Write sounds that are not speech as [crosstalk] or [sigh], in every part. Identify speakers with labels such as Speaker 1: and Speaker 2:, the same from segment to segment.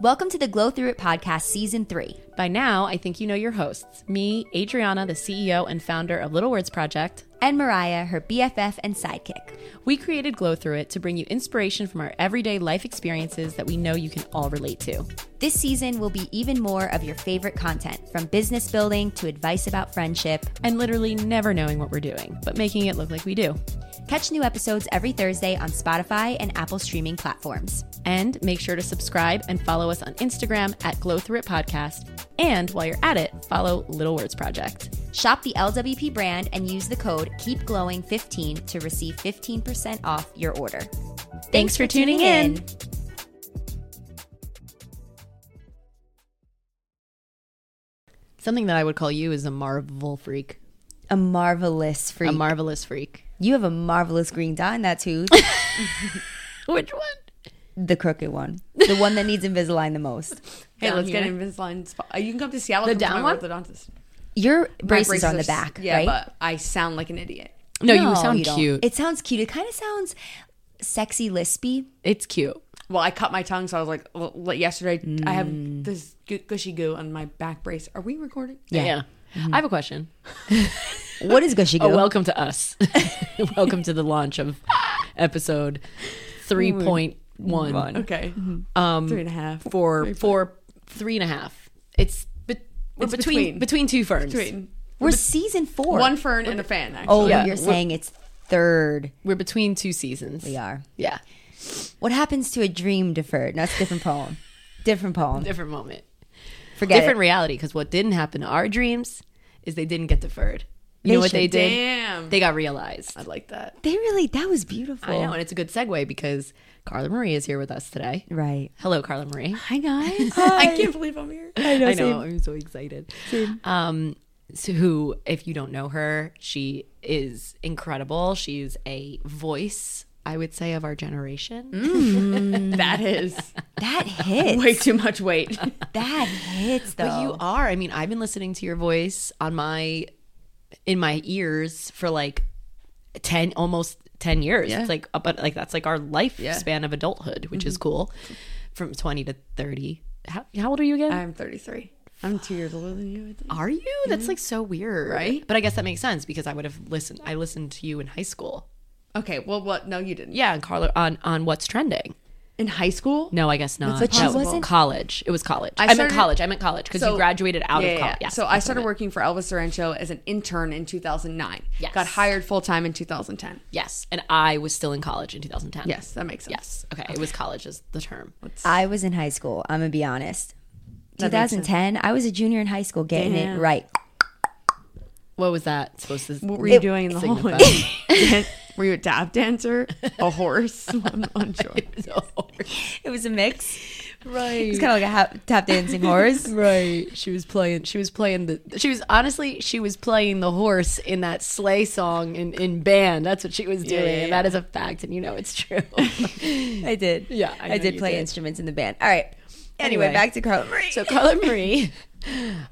Speaker 1: Welcome to the Glow Through It podcast, season three.
Speaker 2: By now, I think you know your hosts me, Adriana, the CEO and founder of Little Words Project.
Speaker 1: And Mariah, her BFF and sidekick.
Speaker 2: We created Glow Through It to bring you inspiration from our everyday life experiences that we know you can all relate to.
Speaker 1: This season will be even more of your favorite content, from business building to advice about friendship.
Speaker 2: And literally never knowing what we're doing, but making it look like we do.
Speaker 1: Catch new episodes every Thursday on Spotify and Apple streaming platforms.
Speaker 2: And make sure to subscribe and follow us on Instagram at Glow Through It Podcast. And while you're at it, follow Little Words Project.
Speaker 1: Shop the LWP brand and use the code KEEPGLOWING15 to receive 15% off your order. Thanks,
Speaker 2: for tuning in. Something that I would call you is a marvel freak,
Speaker 1: A marvelous freak.
Speaker 2: a marvelous freak.
Speaker 1: you have a marvelous green dot in that
Speaker 2: [laughs]
Speaker 1: tooth.
Speaker 2: Which one?
Speaker 1: the crooked
Speaker 2: [laughs]
Speaker 1: one. The one that needs Invisalign the most.
Speaker 3: Hey,
Speaker 2: down
Speaker 3: let's get
Speaker 2: here.
Speaker 3: an Invisalign. Spot. You can come to Seattle.
Speaker 2: The
Speaker 3: come to
Speaker 2: down
Speaker 3: my
Speaker 2: one?
Speaker 3: orthodontist.
Speaker 1: Your
Speaker 3: My
Speaker 1: braces, are on the
Speaker 3: braces
Speaker 1: back,
Speaker 3: Yeah,
Speaker 1: right?
Speaker 3: but I sound like an idiot.
Speaker 2: No, you sound
Speaker 1: don't.
Speaker 2: cute.
Speaker 1: It sounds cute. It kind of sounds sexy, lispy.
Speaker 2: it's cute.
Speaker 3: Well, I cut my tongue, so I was like, well, like yesterday I have this gu- gushy goo on my back brace. Are we recording?
Speaker 2: Yeah. I have a question.
Speaker 1: What is gushy goo?
Speaker 2: [laughs] Oh, welcome to us. welcome to the launch of episode 3.1
Speaker 3: Okay, um, three and a half,
Speaker 2: for four, three and a half. It's, be- it's between,
Speaker 3: between.
Speaker 2: between two ferns.
Speaker 3: between
Speaker 1: We're season four.
Speaker 3: one fern and a fan. Actually.
Speaker 1: Oh,
Speaker 2: Yeah,
Speaker 1: you're
Speaker 2: we're-
Speaker 1: saying it's third.
Speaker 2: We're between two seasons.
Speaker 1: We are.
Speaker 2: Yeah.
Speaker 1: What happens to a dream deferred? No, that's a different poem. Different poem.
Speaker 2: Different moment.
Speaker 1: Forget
Speaker 2: Different
Speaker 1: it.
Speaker 2: reality because what didn't happen to our dreams is they didn't get deferred. You
Speaker 1: They
Speaker 2: know what
Speaker 1: should.
Speaker 2: they did?
Speaker 3: Damn.
Speaker 2: They got realized.
Speaker 3: I like that.
Speaker 1: They really. That was beautiful.
Speaker 2: I know. And it's a good segue because Carla Marie is here with us today.
Speaker 1: Right.
Speaker 2: Hello, Carla Marie.
Speaker 1: [laughs]
Speaker 3: Hi guys. I can't believe I'm here.
Speaker 2: [laughs] I know. I'm so excited. Um, so who, if you don't know her, she is incredible. She's a voice, I would say, of our generation. Mm. [laughs]
Speaker 3: that is
Speaker 1: That hits.
Speaker 3: [laughs] way too much weight.
Speaker 1: That hits though.
Speaker 2: But you are. I mean, I've been listening to your voice on my in my ears for like ten, almost ten years. It's like, uh, but like that's like our lifespan of adulthood, which is cool. From twenty to thirty. How, how old are you again?
Speaker 3: I'm 33. I'm two years older than you. I think.
Speaker 2: Are you? That's like so weird,
Speaker 3: Right?
Speaker 2: But I guess that makes sense because I would have listened. I listened to you in high school.
Speaker 3: Okay. Well, what? No, you didn't.
Speaker 2: Yeah, and Carla on on what's trending.
Speaker 3: In high school.
Speaker 2: No, I guess not.
Speaker 1: But she
Speaker 2: No,
Speaker 1: wasn't-
Speaker 2: college. It was college. I, meant
Speaker 3: started-
Speaker 2: college. I meant college because you
Speaker 3: So-
Speaker 2: graduated out
Speaker 3: Yeah,
Speaker 2: of
Speaker 3: yeah,
Speaker 2: college.
Speaker 3: yeah. so I started working for Elvis Sorrento as an intern in 2009.
Speaker 2: Yes.
Speaker 3: Got hired full time in 2010.
Speaker 2: Yes, and I was still in college in 2010.
Speaker 3: Yes, that makes sense.
Speaker 2: Yes. Okay. It was college is the term.
Speaker 1: I was in high school. I'm gonna be honest.
Speaker 3: That makes sense.
Speaker 1: 2010. I was a junior in high school, getting
Speaker 3: Damn.
Speaker 1: it right.
Speaker 2: What was that supposed to?
Speaker 3: What were you
Speaker 1: It-
Speaker 3: doing in the hallway?
Speaker 2: [laughs]
Speaker 3: were you a tap dancer? A horse? I'm unsure.
Speaker 2: [laughs]
Speaker 3: [laughs]
Speaker 1: It was a mix.
Speaker 2: right.
Speaker 1: It's kind of like a ha- tap dancing
Speaker 2: [laughs]
Speaker 1: horse.
Speaker 2: Right. She was playing. She was playing the. She was honestly. She was playing the horse in that sleigh song in in band. That's what she was doing.
Speaker 3: yeah,
Speaker 2: And that is a fact, and you know it's true.
Speaker 1: I did.
Speaker 2: Yeah, I
Speaker 1: I,
Speaker 2: know
Speaker 1: did
Speaker 2: you
Speaker 1: play
Speaker 2: did.
Speaker 1: instruments in the band. All right. Anyway,
Speaker 2: Anyway.
Speaker 1: back to Carla Marie.
Speaker 2: so Carla Marie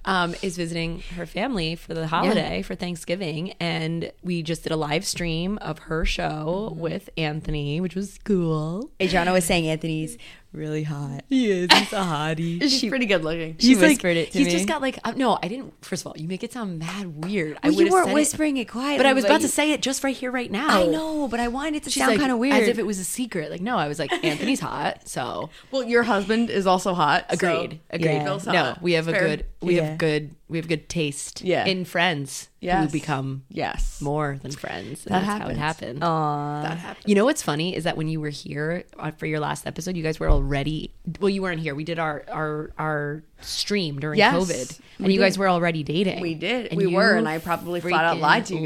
Speaker 2: um, is visiting her family for the holiday for Thanksgiving, and we just did a live stream of her show with Anthony, which was cool.
Speaker 1: Adriana was saying Anthony's really hot.
Speaker 2: He is. He's a hottie.
Speaker 3: She's pretty good looking.
Speaker 1: [laughs] She whispered
Speaker 2: like,
Speaker 1: it to
Speaker 2: he's
Speaker 1: me.
Speaker 2: just got like uh, no. I didn't. First of all, you make it sound mad weird. I
Speaker 1: Well, you
Speaker 2: would've
Speaker 1: weren't
Speaker 2: said it,
Speaker 1: whispering it, quietly.
Speaker 2: but I was about to
Speaker 1: you-
Speaker 2: say it just right here, right now.
Speaker 1: I know, but I wanted it to sound
Speaker 2: like,
Speaker 1: kind of weird.
Speaker 2: as if it was a secret. Like no, I was like Anthony's hot, so
Speaker 3: Well, your husband is also hot. so-
Speaker 2: agreed, agreed.
Speaker 1: Yeah.
Speaker 3: Bill's
Speaker 2: No,
Speaker 3: hot.
Speaker 2: we have a
Speaker 3: Fair.
Speaker 2: good, we
Speaker 1: Yeah.
Speaker 2: have good, we have good taste
Speaker 3: Yeah.
Speaker 2: in friends who
Speaker 3: Yes.
Speaker 2: become
Speaker 3: Yes.
Speaker 2: more than friends. And that's
Speaker 3: That
Speaker 2: how it
Speaker 3: happens.
Speaker 2: happened.
Speaker 3: That happened.
Speaker 2: You know what's funny is that when you were here uh, for your last episode, you guys were already well. You weren't here. We did our our our stream during
Speaker 3: Yes,
Speaker 2: COVID, and
Speaker 3: we
Speaker 2: you guys
Speaker 3: did.
Speaker 2: were already dating.
Speaker 3: We did.
Speaker 2: And
Speaker 3: We
Speaker 2: you
Speaker 3: were, and I probably flat out
Speaker 2: freaking
Speaker 3: lied to you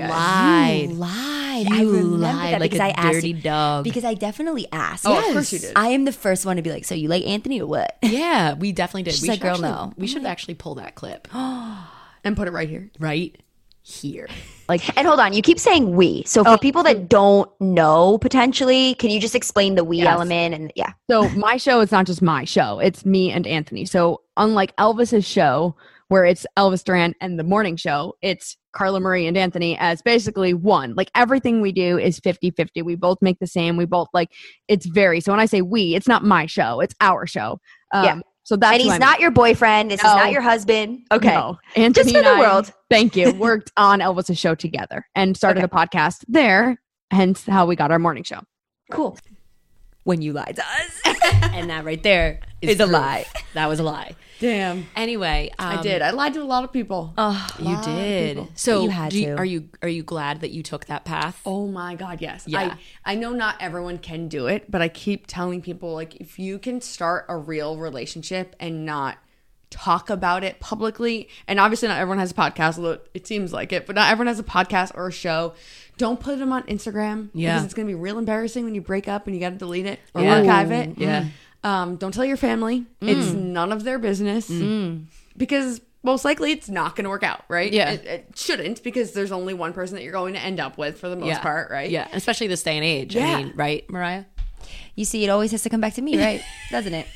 Speaker 2: Lied.
Speaker 3: guys.
Speaker 1: You lied.
Speaker 2: You
Speaker 1: I remember
Speaker 2: lied
Speaker 1: that
Speaker 2: like
Speaker 1: because
Speaker 2: a
Speaker 1: I asked
Speaker 2: dirty dog.
Speaker 1: Because I definitely asked.
Speaker 3: Oh, of course you did.
Speaker 1: I am the first one to be like, "So you like Anthony or what?" [laughs]
Speaker 2: Yeah, we definitely did.
Speaker 1: She's
Speaker 2: we
Speaker 1: like,
Speaker 2: should
Speaker 1: "Girl,
Speaker 2: actually-
Speaker 1: no."
Speaker 2: We should actually pull that clip
Speaker 3: And put it right here.
Speaker 2: right here.
Speaker 1: Like, and hold on, you keep saying "we." So for people that don't know, potentially, can you just explain the "we" element? And yeah,
Speaker 4: So my show is not just my show; it's me and Anthony. So unlike Elvis's show, where it's Elvis Duran and the morning show, it's Carla Marie and Anthony as basically one. Like everything we do is 50-50. We both make the same. We both like it's very. So when I say we, it's not my show; it's our show. Um,
Speaker 1: Yeah.
Speaker 4: So that's
Speaker 1: and
Speaker 4: who
Speaker 1: he's
Speaker 4: I
Speaker 1: not your boyfriend. This
Speaker 4: No.
Speaker 1: is not your husband. Okay.
Speaker 4: No. Anthony
Speaker 1: Just for
Speaker 4: and
Speaker 1: the
Speaker 4: I,
Speaker 1: world.
Speaker 4: Thank you.
Speaker 1: [laughs]
Speaker 4: Worked on Elvis's show together and started a podcast there, hence how we got our morning show.
Speaker 1: Cool.
Speaker 2: when you lied to
Speaker 1: [laughs]
Speaker 2: us. and that right there is
Speaker 1: It's a
Speaker 2: proof.
Speaker 1: lie.
Speaker 2: That was a lie.
Speaker 3: Damn.
Speaker 2: Anyway,
Speaker 3: I
Speaker 2: um,
Speaker 3: did. I lied to a lot of people.
Speaker 1: Oh,
Speaker 2: You did. So
Speaker 1: you had
Speaker 2: do
Speaker 1: to.
Speaker 2: are you are you glad that you took that path?
Speaker 3: Oh my God, yes.
Speaker 2: Yeah.
Speaker 3: I, I know not everyone can do it, but I keep telling people like if you can start a real relationship and not talk about it publicly, and obviously not everyone has a podcast, although it seems like it, but not everyone has a podcast or a show. Don't put them on Instagram.
Speaker 2: Yeah.
Speaker 3: Because it's gonna be real embarrassing when you break up and you gotta delete it or
Speaker 2: Yeah.
Speaker 3: archive it.
Speaker 2: Yeah. Mm.
Speaker 3: Um, don't tell your family. It's none of their business. Because most likely it's not going to work out, right?
Speaker 2: Yeah.
Speaker 3: It, it shouldn't because there's only one person that you're going to end up with for the most
Speaker 2: yeah.
Speaker 3: part, right?
Speaker 2: Yeah, especially this day and age.
Speaker 3: Yeah.
Speaker 2: I mean, right, [laughs] Mariah?
Speaker 1: You see, it always has to come back to me, right? Doesn't it?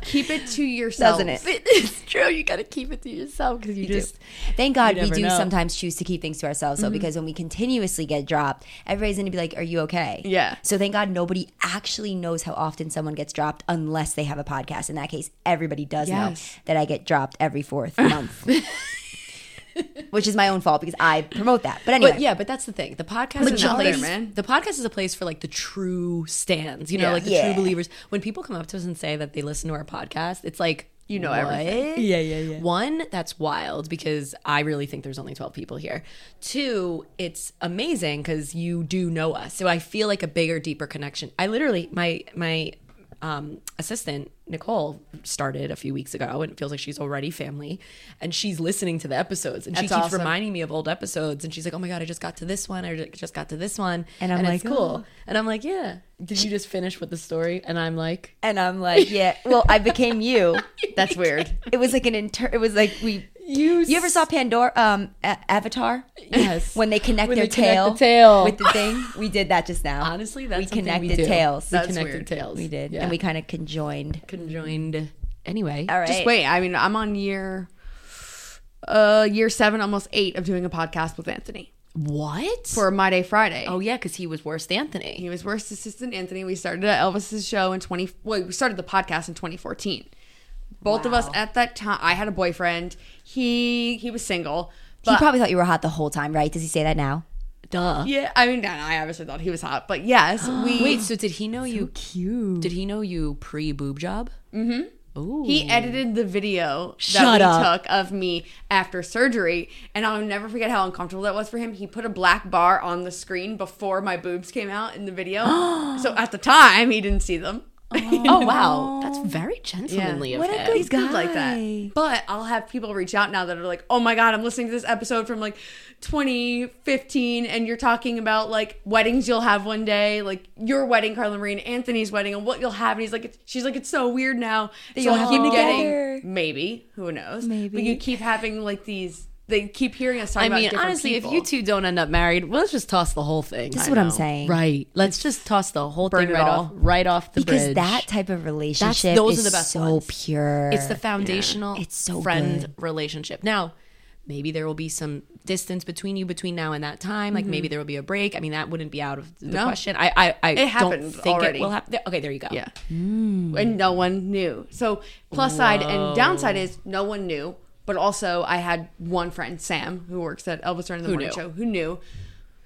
Speaker 3: Keep it to yourself.
Speaker 1: Doesn't it?
Speaker 2: It's true. You got to keep it to yourself because you, just
Speaker 1: Thank God
Speaker 2: You
Speaker 1: we
Speaker 2: never
Speaker 1: do
Speaker 2: know.
Speaker 1: sometimes choose to keep things to ourselves, though, because when we continuously get dropped, everybody's gonna be like, "Are you okay?"
Speaker 3: Yeah.
Speaker 1: So thank God nobody actually knows how often someone gets dropped, unless they have a podcast. In that case, everybody does
Speaker 3: Yes.
Speaker 1: know that I get dropped every fourth month, which is my own fault because I promote that. But anyway,
Speaker 2: But yeah, but that's the thing. The podcast is a
Speaker 3: Majority-
Speaker 2: place.
Speaker 3: man.
Speaker 2: The podcast is a place for like the true stands. You know,
Speaker 3: Yeah.
Speaker 2: like the
Speaker 1: Yeah.
Speaker 2: true believers. When people come up to us and say that they listen to our podcast, it's like
Speaker 3: You know
Speaker 2: what?
Speaker 3: everything.
Speaker 2: Yeah, yeah, yeah. One, that's wild because I really think there's only twelve people here. Two, it's amazing because you do know us, so I feel like a bigger, deeper connection. I literally my my. Um, assistant Nicole started a few weeks ago, and it feels like she's already family. And she's listening to the episodes, and she
Speaker 3: That's
Speaker 2: keeps
Speaker 3: awesome.
Speaker 2: reminding reminding me of old episodes and she's like oh my god i just got to this one i ju- just got to this one
Speaker 1: And I'm
Speaker 2: it's
Speaker 1: like,
Speaker 2: cool and i'm like yeah did you just finish with the story and i'm like
Speaker 1: and I'm like, yeah. Well, I became you.
Speaker 3: That's weird.
Speaker 1: It was like an inter. It was like we.
Speaker 2: you
Speaker 1: You ever saw Pandora, um, A- Avatar?
Speaker 2: [laughs] yes
Speaker 1: When they connect
Speaker 2: When
Speaker 1: their
Speaker 2: they connect
Speaker 1: tail,
Speaker 2: the tail.
Speaker 1: with
Speaker 2: [laughs]
Speaker 1: the thing, we did that just now.
Speaker 2: honestly that's
Speaker 1: we
Speaker 2: something
Speaker 1: connected
Speaker 2: do.
Speaker 1: tails.
Speaker 2: we
Speaker 3: That's
Speaker 2: connected
Speaker 3: weird.
Speaker 2: tails
Speaker 1: We did.
Speaker 2: Yeah.
Speaker 1: And we kind of conjoined.
Speaker 2: conjoined anyway
Speaker 1: All right.
Speaker 3: [laughs] Just wait. I mean, I'm on year uh year seven, almost eight of doing a podcast with Anthony
Speaker 2: what
Speaker 3: for My Day Friday.
Speaker 2: oh yeah because he was worse than anthony
Speaker 3: He was worst assistant Anthony. We started at Elvis's show in 20 well, we started the podcast in 2014. Both of us at that time I had a boyfriend. He he was single. But
Speaker 1: he probably thought you were hot the whole time, right? Does he say that now?
Speaker 2: duh
Speaker 3: yeah, I mean, no, no, I obviously thought he was hot, but yes, we [gasps]
Speaker 2: wait so did [gasps] he know you cute did he know you pre boob job mm-hmm Ooh.
Speaker 3: He edited the video that
Speaker 2: Shut
Speaker 3: we
Speaker 2: up.
Speaker 3: took of me after surgery, and I'll never forget how uncomfortable that was for him. He put a black bar on the screen before my boobs came out in the
Speaker 2: [gasps]
Speaker 3: video. so at the time, he didn't see them.
Speaker 2: [laughs] oh wow that's very gentlemanly of
Speaker 1: What a
Speaker 2: him
Speaker 1: good
Speaker 3: He's good like
Speaker 1: Guy.
Speaker 3: that. But I'll have people reach out now that are like, "Oh my god, I'm listening to this episode from like 2015, and you're talking about like weddings you'll have one day, like your wedding, Carla Marie, and Anthony's wedding, and what you'll have." And he's like, it's, "She's like, it's so weird now that
Speaker 1: you'll have them together.
Speaker 3: maybe who knows,
Speaker 1: Maybe.
Speaker 3: but you keep having like these. They keep hearing us
Speaker 2: I
Speaker 3: talking about
Speaker 2: mean,
Speaker 3: different
Speaker 2: honestly,
Speaker 3: people.
Speaker 2: if you two don't end up married, well, let's just toss the whole thing.
Speaker 1: This is
Speaker 2: I
Speaker 1: what I'm
Speaker 2: know.
Speaker 1: saying.
Speaker 2: Right. Let's just toss the whole
Speaker 3: Burn
Speaker 2: thing
Speaker 3: it
Speaker 2: right
Speaker 3: all.
Speaker 2: off, right off the
Speaker 1: Because
Speaker 2: bridge.
Speaker 1: that type of relationship
Speaker 2: those
Speaker 1: is
Speaker 2: are the best
Speaker 1: so
Speaker 2: ones.
Speaker 1: pure.
Speaker 2: it's the foundational
Speaker 1: It's so
Speaker 2: friend
Speaker 1: good.
Speaker 2: relationship. Now, maybe there will be some distance between you between now and that time.
Speaker 1: Mm-hmm.
Speaker 2: Like maybe there will be a break. I mean, that wouldn't be out of the question. I, I, I don't
Speaker 3: happened
Speaker 2: think
Speaker 3: already.
Speaker 2: it will happen. Okay, there you go.
Speaker 3: Yeah. And no one knew. So, plus side and downside is no one knew. But also, I had one friend, Sam, who works at Elvis Duran and the Morning
Speaker 2: knew?
Speaker 3: Show, who knew.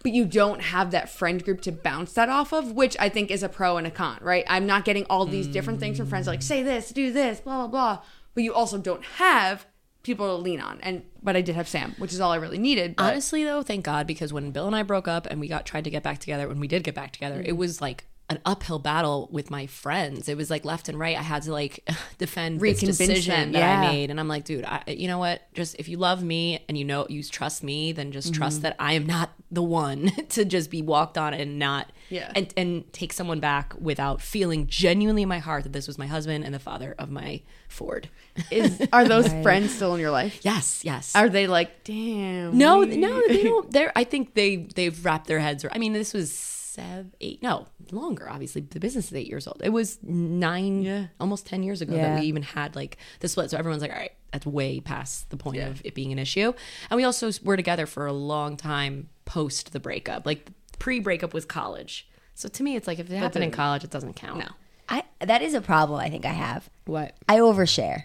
Speaker 3: But you don't have that friend group to bounce that off of, which I think is a pro and a con, right? I'm not getting all these different things from friends like, say this, do this, blah, blah, blah. But you also don't have people to lean on. And, but I did have Sam, which is all I really needed. But
Speaker 2: Honestly, though, thank God because when Bill and I broke up and we got tried to get back together, when we did get back together,
Speaker 3: Mm-hmm.
Speaker 2: it was like an uphill battle with my friends. It was like left and right. I had to like [laughs] defend this
Speaker 3: Reconvince
Speaker 2: decision
Speaker 3: them,
Speaker 2: that I
Speaker 3: yeah.
Speaker 2: made, and I'm like, dude, I, you know what? Just if you love me and you know you trust me, then just
Speaker 3: Mm-hmm.
Speaker 2: trust that I am not the one [laughs] to just be walked on and not
Speaker 3: Yeah.
Speaker 2: and and take someone back without feeling genuinely in my heart that this was my husband and the father of my Ford. [laughs]
Speaker 3: is, are those friends still in your life?
Speaker 2: Yes, yes.
Speaker 3: Are they like, damn?
Speaker 2: No,
Speaker 3: we-
Speaker 2: th- no,
Speaker 3: [laughs]
Speaker 2: they don't. They're. I think they they've wrapped their heads. ar- I mean, this was seven, eight, no, longer. Obviously, the business is eight years old. It was nine,
Speaker 3: Yeah.
Speaker 2: almost ten years ago
Speaker 1: Yeah.
Speaker 2: that we even had like the split. So everyone's like, all right, that's way past the point of it being an issue. And we also s- were together for a long time post the breakup. Like pre breakup was college. So to me, it's like if it happened in college, it doesn't count. No.
Speaker 1: I, that is a problem I think I have.
Speaker 2: What?
Speaker 1: I overshare.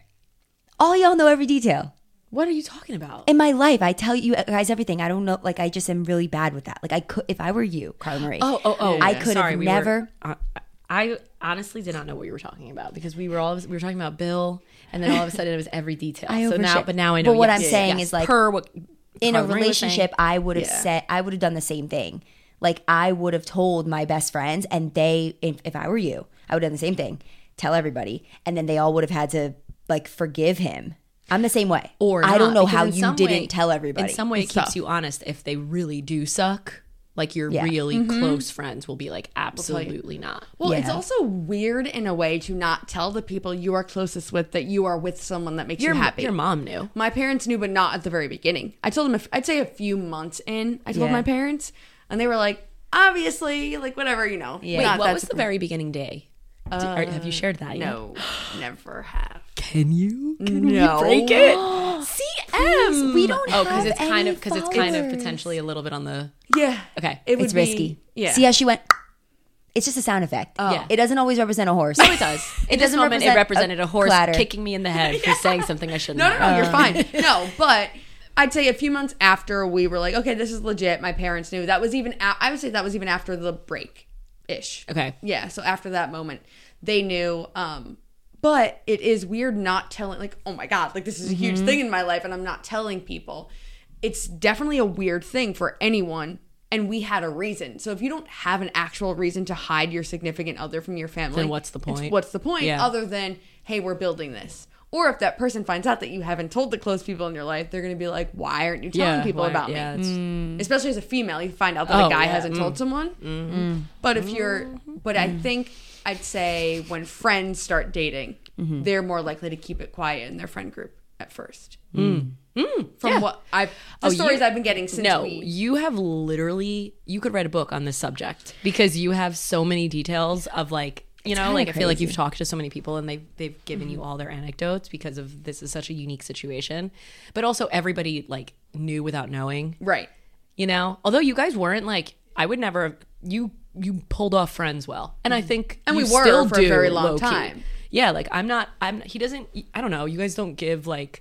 Speaker 1: All y'all know every detail.
Speaker 3: What are you talking about?
Speaker 1: In my life, I tell you guys everything. I don't know. Like, I just am really bad with that. Like, I could, if I were you, Carla Marie.
Speaker 2: Oh, oh, oh!
Speaker 1: I could have
Speaker 2: we
Speaker 1: never-
Speaker 2: Were, uh, I honestly did not know what you were talking about because we were all we were talking about Bill, and then all of a sudden it was every detail.
Speaker 1: [laughs] I
Speaker 2: so now,
Speaker 1: overshare-
Speaker 2: but now I know.
Speaker 1: But what
Speaker 2: yes,
Speaker 1: I'm
Speaker 2: yes,
Speaker 1: saying
Speaker 2: yes.
Speaker 1: is, like,
Speaker 2: per what
Speaker 1: in a
Speaker 2: Carla Marie was saying,
Speaker 1: relationship, I would have
Speaker 3: Yeah.
Speaker 1: said I would have done the same thing. Like I would have told my best friends, and they, if, if I were you, I would have done the same thing. Tell everybody, and then they all would have had to like forgive him. I'm the same way.
Speaker 2: or
Speaker 1: I don't
Speaker 2: not,
Speaker 1: know
Speaker 2: because
Speaker 1: how
Speaker 2: in
Speaker 1: you
Speaker 2: some
Speaker 1: didn't
Speaker 2: way-
Speaker 1: tell everybody.
Speaker 2: In some way, it keeps you honest if they really do suck. Like your
Speaker 1: Yeah. Mm-hmm.
Speaker 2: really close friends will be like, absolutely not.
Speaker 3: Well, it's
Speaker 1: Yeah.
Speaker 3: also weird in a way to not tell the people you are closest with that you are with someone that makes
Speaker 2: Your
Speaker 3: you happy.
Speaker 2: your mom knew.
Speaker 3: My parents knew, but not at the very beginning. I told them, if, I'd say a few months in, I told
Speaker 1: Yeah.
Speaker 3: my parents, and they were like, obviously, like, whatever, you know.
Speaker 1: Yeah.
Speaker 2: Wait,
Speaker 3: Not
Speaker 2: what
Speaker 3: that
Speaker 2: was the
Speaker 3: surprised.
Speaker 2: very beginning day? Did- are- have
Speaker 1: Uh,
Speaker 2: you shared that? yet?
Speaker 3: No, [gasps] never have.
Speaker 2: Can you? Can
Speaker 3: No.
Speaker 2: we break it? CM.
Speaker 1: we don't
Speaker 2: Oh, because
Speaker 1: have
Speaker 2: it's kind
Speaker 1: any
Speaker 2: of because it's kind of
Speaker 1: followers.
Speaker 2: potentially a little bit on the.
Speaker 3: [gasps] Yeah.
Speaker 2: Okay.
Speaker 3: It would
Speaker 1: it's
Speaker 3: be-
Speaker 1: risky.
Speaker 3: Yeah.
Speaker 1: See how she went. [clears throat] It's just a sound effect.
Speaker 2: Yeah.
Speaker 1: It doesn't always represent a horse.
Speaker 2: Oh. No, it does. In this
Speaker 1: doesn't
Speaker 2: moment, it
Speaker 1: represent
Speaker 2: represented
Speaker 1: a
Speaker 2: a horse
Speaker 1: clatter.
Speaker 2: kicking me in
Speaker 3: [laughs]
Speaker 2: the head for saying something I shouldn't.
Speaker 3: No, no,
Speaker 2: have.
Speaker 3: no,
Speaker 2: [laughs]
Speaker 3: you're fine. No, but I'd say a few months after we were like, okay, this is legit. My parents knew. That was even, a- I would say that was even after the break ish.
Speaker 2: Okay.
Speaker 3: Yeah. So after that moment, they knew. Um, but it is weird not telling, like, oh my God, like this is a huge
Speaker 2: Mm-hmm.
Speaker 3: thing in my life and I'm not telling people. It's definitely a weird thing for anyone. And we had a reason. So if you don't have an actual reason to hide your significant other from your family,
Speaker 2: Then what's the
Speaker 3: it's
Speaker 2: point?
Speaker 3: What's the point?
Speaker 2: Yeah.
Speaker 3: Other than, hey, we're building this. Or if that person finds out that you haven't told the close people in your life, they're going to be like, why aren't you telling
Speaker 2: Yeah,
Speaker 3: people
Speaker 2: why-
Speaker 3: about
Speaker 2: yeah,
Speaker 3: me?
Speaker 2: it's-
Speaker 3: Especially as a female, you find out that
Speaker 2: Mm. Oh,
Speaker 3: a guy
Speaker 2: yeah. Mm-hmm.
Speaker 3: hasn't told someone. But if you're, but I think I'd say when friends start dating,
Speaker 2: Mm-hmm.
Speaker 3: they're more likely to keep it quiet in their friend group at first. From what
Speaker 2: Mm.
Speaker 3: I've, the
Speaker 2: Oh, you-
Speaker 3: stories I've been getting since
Speaker 2: No,
Speaker 3: we.
Speaker 2: you have literally. You could write a book on this subject because you have so many details of like. You know, like I feel like you've talked to so many people and they've they've given
Speaker 3: Mm-hmm.
Speaker 2: you all their anecdotes because of this is such a unique situation. But also everybody like knew without knowing.
Speaker 3: Right.
Speaker 2: you know although you guys weren't like i would never have you you pulled off friends well and i think
Speaker 3: Mm-hmm. And
Speaker 2: you
Speaker 3: we were
Speaker 2: still
Speaker 3: for a
Speaker 2: do,
Speaker 3: very long
Speaker 2: low-key.
Speaker 3: time.
Speaker 2: yeah like i'm not i'm he doesn't i don't know you guys don't give like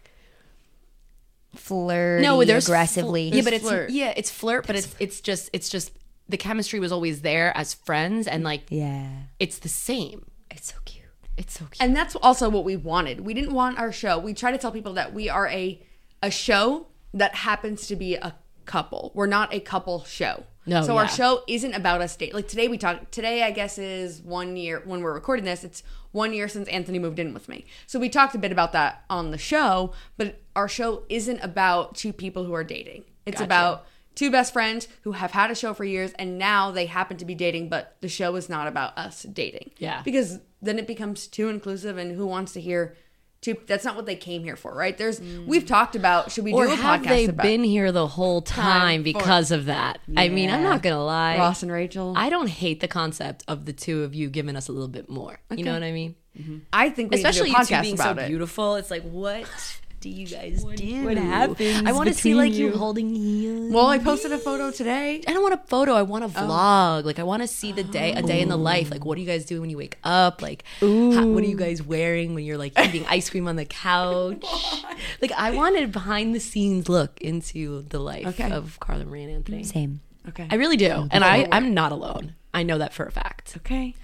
Speaker 1: Flirty,
Speaker 2: there's
Speaker 1: aggressively.
Speaker 2: fl- yeah but it's
Speaker 3: flirt.
Speaker 2: yeah it's flirt but it's it's just it's just the chemistry was always there as friends and like
Speaker 1: yeah.
Speaker 2: it's the same
Speaker 1: It's so cute.
Speaker 2: it's so cute
Speaker 3: and that's also what we wanted. We didn't want our show. We try to tell people that we are a a show that happens to be a couple. We're not a couple show.
Speaker 2: No,
Speaker 3: So
Speaker 2: yeah.
Speaker 3: our show isn't about us date. Like today we talk today I guess is 1 year when we're recording this, it's 1 year since Anthony moved in with me. So we talked a bit about that on the show, but our show isn't about two people who are dating. It's about two best friends who have had a show for years and now they happen to be dating, but the show is not about us dating.
Speaker 2: Yeah.
Speaker 3: Because then it becomes too inclusive and who wants to hear two that's not what they came here for, right? There's we've talked about should we
Speaker 2: Mm. or
Speaker 3: do a
Speaker 2: have
Speaker 3: podcast
Speaker 2: they
Speaker 3: about
Speaker 2: been here the whole time
Speaker 3: for-
Speaker 2: because of that? I mean, I'm not gonna lie.
Speaker 3: Ross and Rachel?
Speaker 2: I don't hate the concept of the two of you giving us a little bit more. You know what I mean?
Speaker 3: I think we
Speaker 2: Especially
Speaker 3: need to
Speaker 2: you two
Speaker 3: do a podcast
Speaker 2: being so
Speaker 3: about it.
Speaker 2: beautiful. It's like, what do you guys do?
Speaker 1: What happens
Speaker 2: I want to see like you,
Speaker 1: you?
Speaker 2: holding hands.
Speaker 3: Well, I posted a photo today.
Speaker 2: I don't want a photo. I want a
Speaker 3: Oh.
Speaker 2: vlog. Like, I want to see the day, a day in the life. Like, what do you guys do when you wake up? Like, how, what are you guys wearing when you're like eating ice cream on the
Speaker 3: [laughs]
Speaker 2: couch? like, I want a behind the scenes look into the life
Speaker 3: Okay.
Speaker 2: of Carla Marie and Anthony.
Speaker 1: Same.
Speaker 3: Okay.
Speaker 2: I really do, and I, I'm not alone. I know that for a fact.
Speaker 3: okay.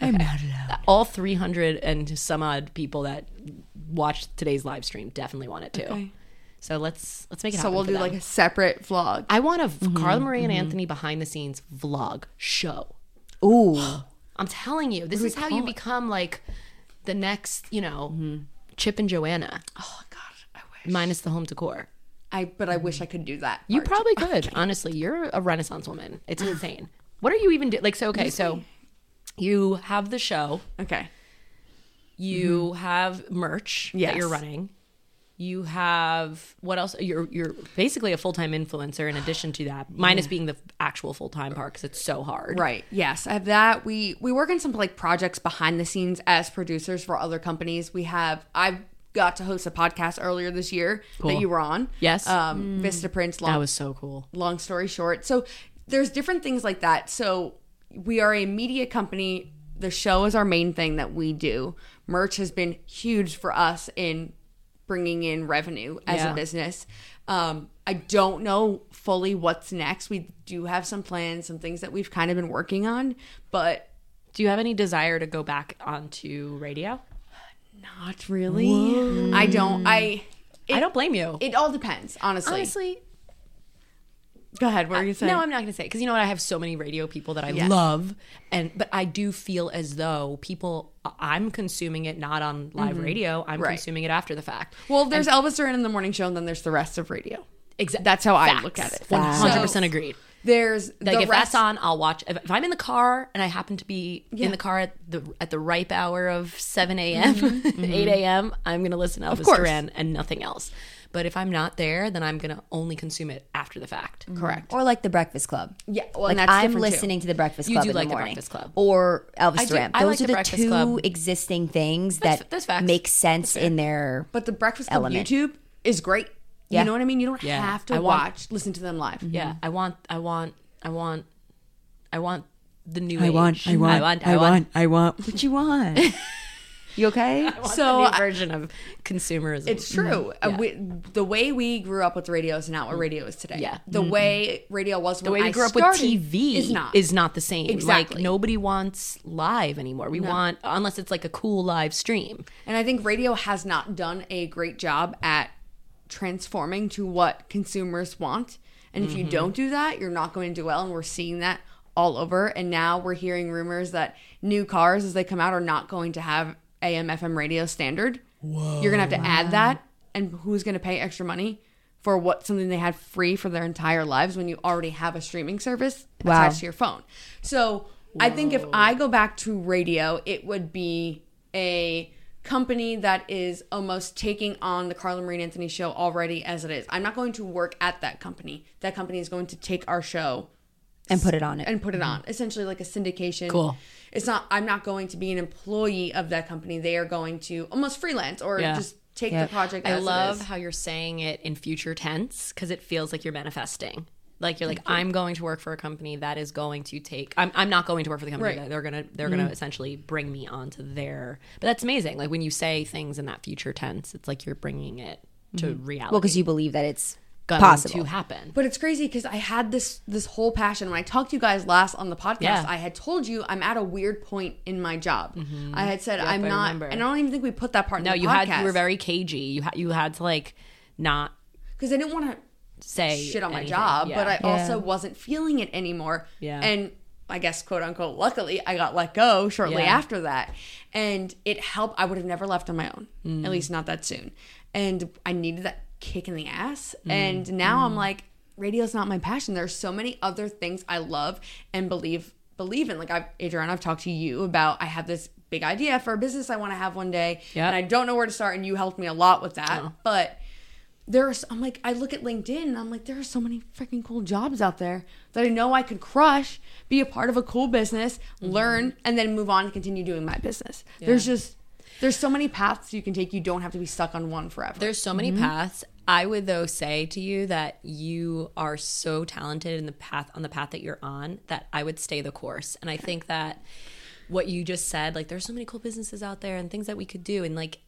Speaker 2: all 300 and some odd people that watched today's live stream definitely want it too.
Speaker 3: Okay.
Speaker 2: So let's let's make it.
Speaker 3: So we'll do like a separate vlog.
Speaker 2: I want a v- Carla Marie and Anthony behind the scenes vlog show.
Speaker 1: Ooh.
Speaker 2: [gasps] I'm telling you, this is how you become like the next, you know, Chip and Joanna
Speaker 3: Oh god, I wish.
Speaker 2: minus the home decor.
Speaker 3: I but I wish I could do that.
Speaker 2: You
Speaker 3: part.
Speaker 2: probably could. Honestly, you're a renaissance woman. [sighs] It's insane. What are you even do- like so okay, so you have the show.
Speaker 3: Okay.
Speaker 2: You have merch
Speaker 3: Yes.
Speaker 2: that you're running. You have what else? You're you're basically a full time influencer. In addition to that, minus being the actual full time part because it's so hard.
Speaker 3: Right. Yes. I have that. We we work on some like projects behind the scenes as producers for other companies. We have I've got to host a podcast earlier this year that you were on.
Speaker 2: Yes.
Speaker 3: Um Vista Prince
Speaker 2: That
Speaker 3: long,
Speaker 2: was so cool.
Speaker 3: long story short. So there's different things like that. So we are a media company. The show is our main thing that we do. Merch has been huge for us in bringing in revenue as
Speaker 2: Yeah.
Speaker 3: a business. Um, I don't know fully what's next. We do have some plans, some things that we've kind of been working on, but
Speaker 2: Do you have any desire to go back onto radio?
Speaker 3: not really. I don't. I. It,
Speaker 2: I don't blame you.
Speaker 3: It all depends, honestly.
Speaker 2: Honestly,
Speaker 3: Go ahead. What are you saying?
Speaker 2: no, I'm not going to say because you know what? I have so many radio people that I
Speaker 3: Yeah.
Speaker 2: love, and but I do feel as though people uh, I'm consuming it not on live radio. I'm
Speaker 3: Right.
Speaker 2: consuming it after the fact.
Speaker 3: Well, there's Elvis Duran in the morning show, and then there's the rest of radio.
Speaker 2: Exactly.
Speaker 3: That's how I look at it.
Speaker 2: One hundred percent
Speaker 3: So,
Speaker 2: agreed.
Speaker 3: There's
Speaker 2: Like
Speaker 3: the
Speaker 2: if
Speaker 3: rest
Speaker 2: that's on, I'll watch. If, if I'm in the car and I happen to be in the car at the at the ripe hour of seven a.m., [laughs] eight a.m., I'm gonna listen to Elvis
Speaker 3: Mm-hmm. course.
Speaker 2: Duran and nothing else. But if I'm not there, then I'm gonna only consume it after the fact.
Speaker 3: correct.
Speaker 1: or like the Breakfast Club.
Speaker 3: Yeah, well,
Speaker 1: like
Speaker 3: and that's
Speaker 1: I'm
Speaker 3: different, too.
Speaker 1: listening to the Breakfast
Speaker 2: You
Speaker 1: Club
Speaker 2: do
Speaker 1: in
Speaker 2: like
Speaker 1: the
Speaker 2: The
Speaker 1: morning,
Speaker 2: Breakfast Club.
Speaker 1: or
Speaker 2: I
Speaker 1: Elvis
Speaker 2: do-
Speaker 1: Duran.
Speaker 2: I
Speaker 1: Those
Speaker 2: like
Speaker 1: are
Speaker 2: The
Speaker 1: the,
Speaker 2: Breakfast
Speaker 1: two
Speaker 2: Club.
Speaker 1: existing things
Speaker 2: That's-
Speaker 1: that
Speaker 2: that's facts.
Speaker 1: make sense in their.
Speaker 3: But the Breakfast Club
Speaker 1: Element.
Speaker 3: YouTube is great.
Speaker 1: Yeah.
Speaker 3: You know what I mean? You don't
Speaker 2: Yeah.
Speaker 3: have to
Speaker 2: I want- Mm-hmm.
Speaker 3: watch, listen to them live.
Speaker 2: Yeah, I want, I want, I want, I want the new.
Speaker 5: I want,
Speaker 2: age.
Speaker 5: I want, I want, I want, I want.
Speaker 1: what you want?
Speaker 2: [laughs]
Speaker 1: you okay?
Speaker 2: So
Speaker 3: So,
Speaker 2: the new
Speaker 3: I-
Speaker 2: version of consumerism.
Speaker 3: It's true.
Speaker 2: Mm-hmm.
Speaker 3: Uh, we, the way we grew up with radio is not what radio is today.
Speaker 2: Yeah. Mm-hmm.
Speaker 3: The way radio was when
Speaker 2: the way we
Speaker 3: I
Speaker 2: grew up with
Speaker 3: started
Speaker 2: TV
Speaker 3: is not.
Speaker 2: the same. Like
Speaker 3: Exactly.
Speaker 2: nobody wants live anymore. We want unless it's like a cool live stream.
Speaker 3: and I think radio has not done a great job at transforming to what consumers want. And if you don't do that, you're not going to do well. And we're seeing that all over. And now we're hearing rumors that new cars, as they come out, are not going to have AM, FM radio standard. Whoa. You're going to have to add that. And who's going to pay extra money for what something they had free for their entire lives when you already have a streaming service
Speaker 1: Wow.
Speaker 3: attached to your phone? So I think if I go back to radio, it would be a company that is almost taking on the Carla Marie and Anthony show already as it is. I'm not going to work at that company. That company is going to take our show
Speaker 1: and put it on it.
Speaker 3: and put it on. Essentially like a syndication.
Speaker 2: Mm-hmm. Cool.
Speaker 3: It's not I'm not going to be an employee of that company. They are going to almost freelance or
Speaker 2: Yeah.
Speaker 3: just take
Speaker 1: Yeah.
Speaker 3: the project
Speaker 2: I
Speaker 3: as
Speaker 2: love
Speaker 3: it is.
Speaker 2: how you're saying it in future tense because it feels like you're manifesting. Like you're like, I'm going to work for a company that is going to take. I'm, I'm not going to work for the company.
Speaker 3: Right. Mm-hmm.
Speaker 2: That they're gonna they're gonna essentially bring me onto their. But that's amazing. Like when you say things in that future tense, it's like you're bringing it to
Speaker 3: Mm-hmm.
Speaker 2: reality.
Speaker 1: well, because you believe that it's
Speaker 2: going
Speaker 1: possible.
Speaker 2: to happen.
Speaker 3: But it's crazy because I had this this whole passion when I talked to you guys last on the podcast.
Speaker 2: Yeah.
Speaker 3: I had told you I'm at a weird point in my job. I had said I'm
Speaker 2: Mm-hmm. I
Speaker 3: not,
Speaker 2: remember.
Speaker 3: and I don't even think we put that part.
Speaker 2: no,
Speaker 3: in the
Speaker 2: you
Speaker 3: podcast
Speaker 2: had you were very cagey. You had you had to like not
Speaker 3: because I didn't want to
Speaker 2: say
Speaker 3: shit on my
Speaker 2: anything.
Speaker 3: job,
Speaker 2: Yeah.
Speaker 3: but I also wasn't feeling it anymore.
Speaker 2: Yeah.
Speaker 3: And I guess quote unquote, luckily I got let go shortly
Speaker 2: Yeah.
Speaker 3: after that. And it helped I would have never left on my own.
Speaker 2: Mm.
Speaker 3: At least not that soon. And I needed that kick in the ass.
Speaker 2: Mm.
Speaker 3: And now I'm like, radio's not my passion. There's so many other things I love and believe believe in. Like I've Adrian, I've talked to you about I have this big idea for a business I want to have one day.
Speaker 2: Yeah. Oh.
Speaker 3: And I don't know where to start. And you helped me a lot with that. But there's I'm like I look at LinkedIn and I'm like there are so many freaking cool jobs out there that I know I could crush, be a part of a cool business,
Speaker 2: Mm-hmm.
Speaker 3: learn and then move on and continue doing my business. There's just there's so many paths you can take. You don't have to be stuck on one forever.
Speaker 2: There's so many paths. I would though say to you that you are so talented in the path on the path that you're on that I would stay the course. And I think that what you just said, like there's so many cool businesses out there and things that we could do and like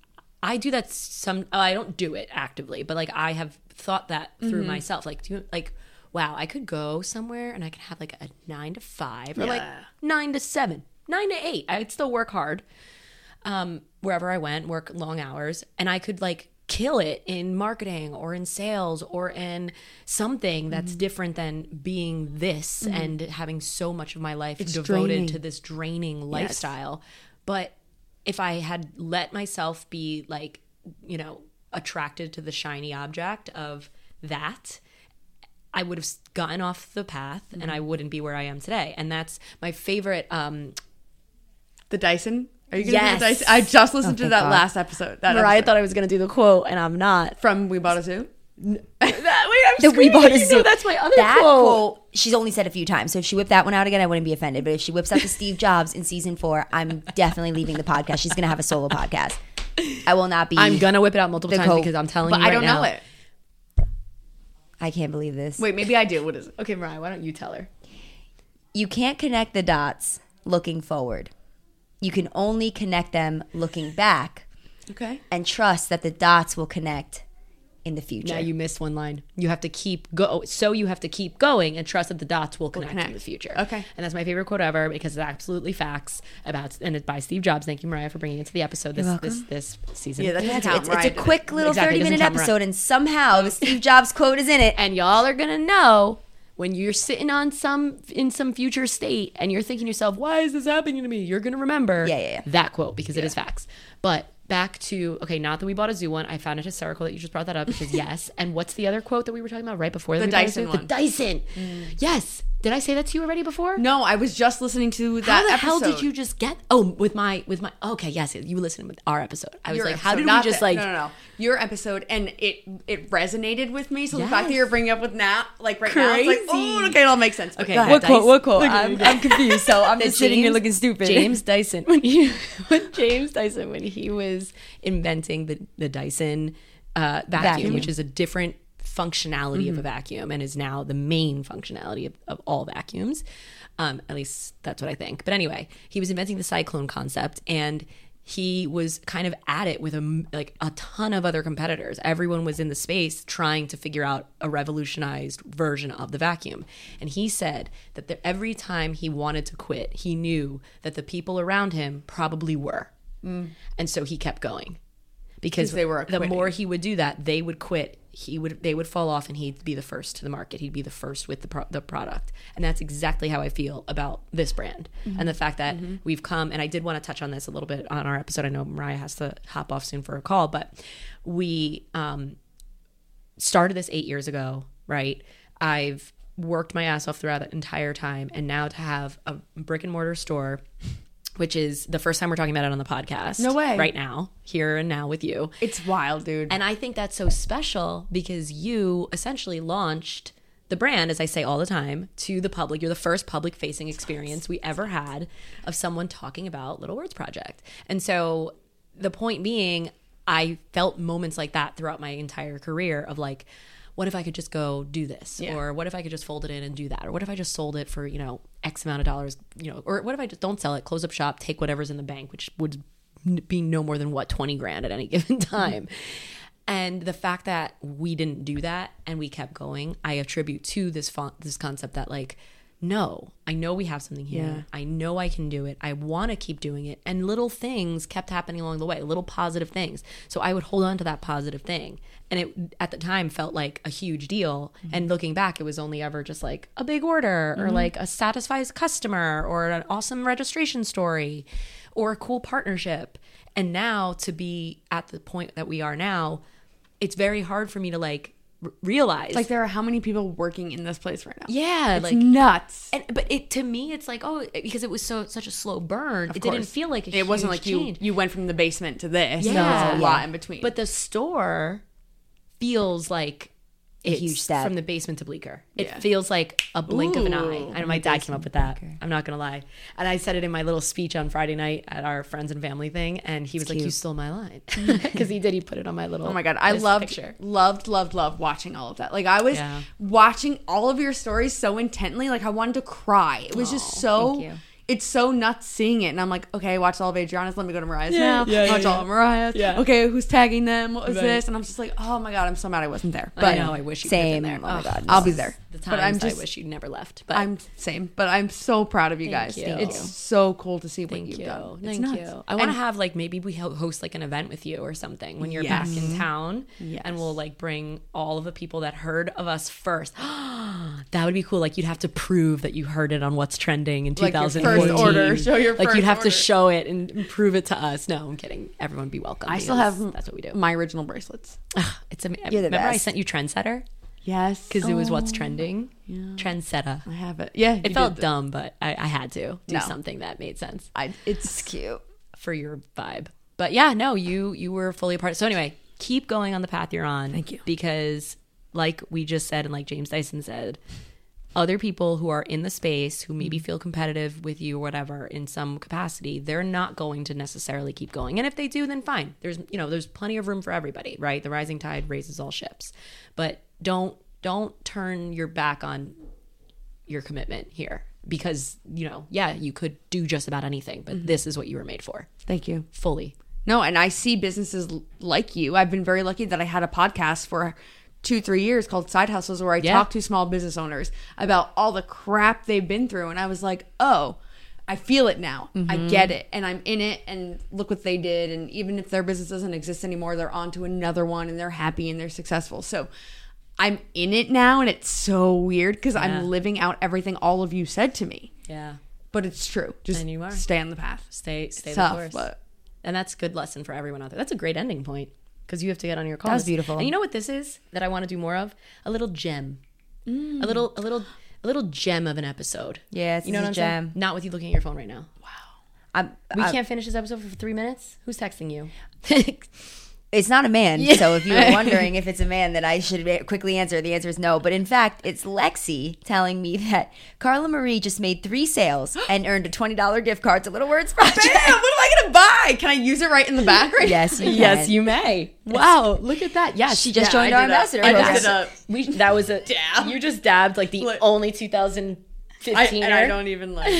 Speaker 2: I do that some oh, I don't do it actively, but like I have thought that through myself. Like do you, like wow, I could go somewhere and I could have like a 9 to 5 or like 9 to 7, 9 to 8. I'd still work hard um, wherever I went, work long hours, and I could like kill it in marketing or in sales or in something that's
Speaker 3: Mm-hmm.
Speaker 2: different than being this and having so much of my life devoted to this draining lifestyle. But if I had let myself be like, you know, attracted to the shiny object of that, I would have s- gotten off the path and
Speaker 3: Mm-hmm.
Speaker 2: I wouldn't be where I am today. And that's my favorite um,
Speaker 3: the Dyson? Are you gonna do
Speaker 2: Yes.
Speaker 3: the Dyson? I just listened to that
Speaker 1: God.
Speaker 3: last episode. That
Speaker 2: Mariah
Speaker 3: episode
Speaker 2: thought I was going to do the quote, and I'm not.
Speaker 3: from We Bought a Zoo.
Speaker 2: That, wait, I'm
Speaker 1: That we bought a zoo.
Speaker 2: that's my other
Speaker 1: that
Speaker 2: quote.
Speaker 1: quote, She's only said a few times, so if she whipped that one out again, I wouldn't be offended. But if she whips out the Steve Jobs in season four, I'm definitely leaving the podcast. She's gonna have a solo podcast. I will not be.
Speaker 2: I'm gonna whip it out multiple
Speaker 1: The
Speaker 2: times
Speaker 1: quote.
Speaker 2: because I'm telling
Speaker 3: But
Speaker 2: you.
Speaker 3: I don't
Speaker 2: right
Speaker 3: know
Speaker 2: now.
Speaker 3: it.
Speaker 1: I can't believe this.
Speaker 3: Wait, maybe I do. What is it?
Speaker 2: Okay, Mariah, why don't you tell her?
Speaker 1: You can't connect the dots looking forward. You can only connect them looking back.
Speaker 3: Okay.
Speaker 1: and trust that the dots will connect in the future.
Speaker 2: Now you missed one line. You have to keep go. So you have to keep going and trust that the dots will connect, in
Speaker 3: connect.
Speaker 2: the future.
Speaker 3: Okay.
Speaker 2: and that's my favorite quote ever because it's absolutely facts about and it's by Steve Jobs. Thank you, Mariah, for bringing it to the episode this this, this season.
Speaker 3: Yeah, that doesn't
Speaker 1: it's,
Speaker 3: count,
Speaker 1: it's
Speaker 3: right?
Speaker 1: a quick little 30
Speaker 2: Exactly, it doesn't
Speaker 1: minute
Speaker 2: count, right.
Speaker 1: episode, and somehow the Steve Jobs quote is in it.
Speaker 2: [laughs] and y'all are gonna know when you're sitting on some in some future state and you're thinking to yourself why is this happening to me you're gonna remember
Speaker 1: Yeah, yeah, yeah.
Speaker 2: that quote because it is facts but back to okay not that we bought a zoo one i found it hysterical that you just brought that up
Speaker 3: [laughs]
Speaker 2: because yes and what's the other quote that we were talking about right before the
Speaker 3: Dyson
Speaker 2: the
Speaker 3: one. Mm.
Speaker 2: dyson yes did i say that to you already before
Speaker 3: No, I was just listening to that.
Speaker 2: how the hell
Speaker 3: episode.
Speaker 2: did you just get oh with my with my okay yes you listened with our episode i was
Speaker 3: Your
Speaker 2: like how
Speaker 3: episode,
Speaker 2: did we
Speaker 3: not
Speaker 2: just
Speaker 3: the-
Speaker 2: like
Speaker 3: no, no, no. your episode and it it resonated with me. So the fact that
Speaker 2: Yes.
Speaker 3: you're bringing up with Nat like right now, it's like oh
Speaker 2: Crazy.
Speaker 3: okay, it all makes sense. But
Speaker 2: Okay,
Speaker 3: go ahead.
Speaker 2: what quote, what
Speaker 5: quote? I'm, I'm
Speaker 2: [laughs]
Speaker 5: confused. So I'm just sitting here
Speaker 2: James-
Speaker 5: looking stupid.
Speaker 2: James Dyson when he when James Dyson when he was inventing the the Dyson uh, vacuum,
Speaker 1: Vacuum.
Speaker 2: which is a different functionality of a vacuum and is now the main functionality of, of all vacuums. Um, at least that's what I think. But anyway, he was inventing the cyclone concept and he was kind of at it with a m- like a ton of other competitors. Everyone was in the space trying to figure out a revolutionized version of the vacuum. And he said that the, every time he wanted to quit, he knew that the people around him probably were. And so he kept going because
Speaker 3: they were
Speaker 2: the
Speaker 3: quitting.
Speaker 2: more he would do that, they would quit. He would they would fall off, and he'd be the first to the market. He'd be the first with the pro- the product, and that's exactly how I feel about this brand
Speaker 3: Mm-hmm.
Speaker 2: and the fact that we've come. And I did want to touch on this a little bit on our episode. I know Mariah has to hop off soon for a call, but we um, started this eight years ago, right? I've worked my ass off throughout that entire time. And now to have a brick and mortar store, which is the first time we're talking about it on the podcast. No
Speaker 3: way.
Speaker 2: Right now, here and now with you.
Speaker 3: It's wild, dude.
Speaker 2: And I think that's so special because you essentially launched the brand, as I say all the time, to the public. You're the first public facing experience we ever had of someone talking about Little Words Project. And so the point being, I felt moments like that throughout my entire career of like, what if I could just go do this? Or what if I could just fold it in and do that? Or what if I just sold it for, you know, X amount of dollars, you know, or what if I just don't sell it, close up shop, take whatever's in the bank, which would n- be no more than what 20 grand at any [laughs] given time and the fact that we didn't do that and we kept going i attribute to this font this concept that like no i know we have something here i know i can do it i want to keep doing it and little things kept happening along the way little positive things so i would hold on to that positive thing and it at the time felt like a huge deal and looking back it was only ever just like a big order or like a satisfies customer or an awesome registration story or a cool partnership. And now to be at the point that we are now, it's very hard for me to like r- realize.
Speaker 3: like there are how many people working in this place right now?
Speaker 2: yeah, like
Speaker 3: Nuts.
Speaker 2: and, but it to me it's like oh because it was so such a slow burn. it didn't
Speaker 3: course.
Speaker 2: feel like a
Speaker 3: It wasn't
Speaker 2: huge
Speaker 3: like
Speaker 2: change.
Speaker 3: you you went from the basement to this.
Speaker 2: Yeah.
Speaker 3: Yeah. There was a
Speaker 2: Yeah.
Speaker 3: lot in between.
Speaker 2: But the store feels like it's
Speaker 1: huge step.
Speaker 2: from the basement to bleaker. It feels like a blink of an eye. I know my dad came up with that. I'm not gonna lie, and I said it in my little speech on Friday night at our friends and family thing, and he was like, "You stole my
Speaker 3: [laughs]
Speaker 2: line," [laughs] because he did. He put it on my little.
Speaker 3: Oh my god, I
Speaker 2: this
Speaker 3: loved,
Speaker 2: picture.
Speaker 3: loved, loved, loved watching all of that. Like I was
Speaker 2: Yeah.
Speaker 3: watching all of your stories so intently, like I wanted to cry. It was just so. It's so nuts seeing it, and I'm like, okay, I watched all of Adriana's. Let me go to Mariah's now.
Speaker 5: yeah,
Speaker 3: watch
Speaker 5: yeah,
Speaker 3: all of Mariah's.
Speaker 5: Yeah.
Speaker 3: Okay, who's tagging them? What was this? And I'm just like, oh my god, I'm so mad I wasn't there. But
Speaker 2: I know. I wish you could have
Speaker 1: Same. Oh
Speaker 2: been there.
Speaker 1: my
Speaker 2: Ugh,
Speaker 1: God.
Speaker 3: I'll be there.
Speaker 2: The times
Speaker 3: but I'm just,
Speaker 2: I wish you'd never left. But
Speaker 3: I'm same. But I'm so proud of you guys.
Speaker 2: you.
Speaker 3: It's so cool to see what
Speaker 2: Thank
Speaker 3: you've
Speaker 2: you.
Speaker 3: done. It's
Speaker 2: Thank
Speaker 3: nuts.
Speaker 2: you. I want to
Speaker 3: And-
Speaker 2: have like maybe we ho- host like an event with you or something when you're back in town, and we'll like bring all of the people that heard of us first. [gasps] that would be cool. Like you'd have to prove that you heard it on what's trending in
Speaker 3: Like your first
Speaker 2: 2014.
Speaker 3: order. Show your
Speaker 2: like you'd
Speaker 3: first
Speaker 2: have
Speaker 3: order.
Speaker 2: to show it and prove it to us. No, I'm kidding. Everyone be welcome.
Speaker 3: I still
Speaker 2: because
Speaker 3: have
Speaker 2: that's what we do.
Speaker 3: My original bracelets.
Speaker 2: It's am-
Speaker 1: the
Speaker 2: remember I
Speaker 1: best.
Speaker 2: sent you Trendsetter
Speaker 3: Yes, Oh,
Speaker 2: because it was what's trending. Trendsetter.
Speaker 3: I have it. Yeah,
Speaker 2: It felt dumb, but I, I had to do
Speaker 3: No.
Speaker 2: something that made sense.
Speaker 3: I, it's cute.
Speaker 2: for your vibe. But yeah, no, you you were fully a part. So anyway, keep going on the path you're on. Thank you. Because like we just said and like James Dyson said, other people who are in the space who maybe feel competitive with you or whatever in some capacity, they're not going to necessarily keep going. And if they do, then fine. There's you know, there's plenty of room for everybody, right? The rising tide raises all ships. But don't don't turn your back on your commitment here Mm-hmm. because, you know, yeah, you could do just about anything, but this is what you were made for
Speaker 3: Thank you.
Speaker 2: fully.
Speaker 3: No, and I see businesses l- like you. I've been very lucky that I had a podcast for two, three years called Side Hustles where I
Speaker 2: Yeah.
Speaker 3: talked to small business owners about all the crap they've been through. And I was like, oh, I feel it now.
Speaker 2: Mm-hmm.
Speaker 3: I get it. And I'm in it. And look what they did. And even if their business doesn't exist anymore, they're on to another one and they're happy and they're successful. So I'm in it now. And it's so weird because I'm living out everything all of you said to me.
Speaker 2: Yeah.
Speaker 3: But it's true. Just
Speaker 2: And you are.
Speaker 3: stay on the path.
Speaker 2: Stay stay
Speaker 3: Tough,
Speaker 2: the course.
Speaker 3: but-
Speaker 2: And that's a good lesson for everyone out there. That's a great ending point because you have to get on your call.
Speaker 1: was
Speaker 2: list.
Speaker 1: beautiful.
Speaker 2: And you know what this is that I want to do more of? A little gem. A little a little a little gem of an episode.
Speaker 1: Yeah, it's
Speaker 2: you know
Speaker 1: a
Speaker 2: what I'm
Speaker 1: gem.
Speaker 2: saying? Not with you looking at your phone right now.
Speaker 1: I'm,
Speaker 2: We
Speaker 1: I-
Speaker 2: can't finish this episode for three minutes. Who's texting you?
Speaker 1: it's not a man. So if you were wondering if it's a man, then I should a- quickly answer. The answer is no. But in fact, it's Lexi telling me that Carla Marie just made three
Speaker 2: [gasps]
Speaker 1: sales and earned a twenty dollar gift card to Little Words Project.
Speaker 3: Damn, what am I going to buy? Can I use it right in
Speaker 2: [laughs]
Speaker 3: the back right
Speaker 1: Yes, you
Speaker 2: [laughs] yes,
Speaker 1: can.
Speaker 2: you may. Wow, look at that. Yes,
Speaker 1: She just
Speaker 3: Yeah,
Speaker 1: joined
Speaker 3: I
Speaker 1: our
Speaker 3: did a-
Speaker 1: ambassador.
Speaker 3: I
Speaker 1: program.
Speaker 3: dabbed it up.
Speaker 2: We that was a dab. You just dabbed like the
Speaker 3: Look.
Speaker 2: only 2015.
Speaker 3: I, and I don't even [laughs] like.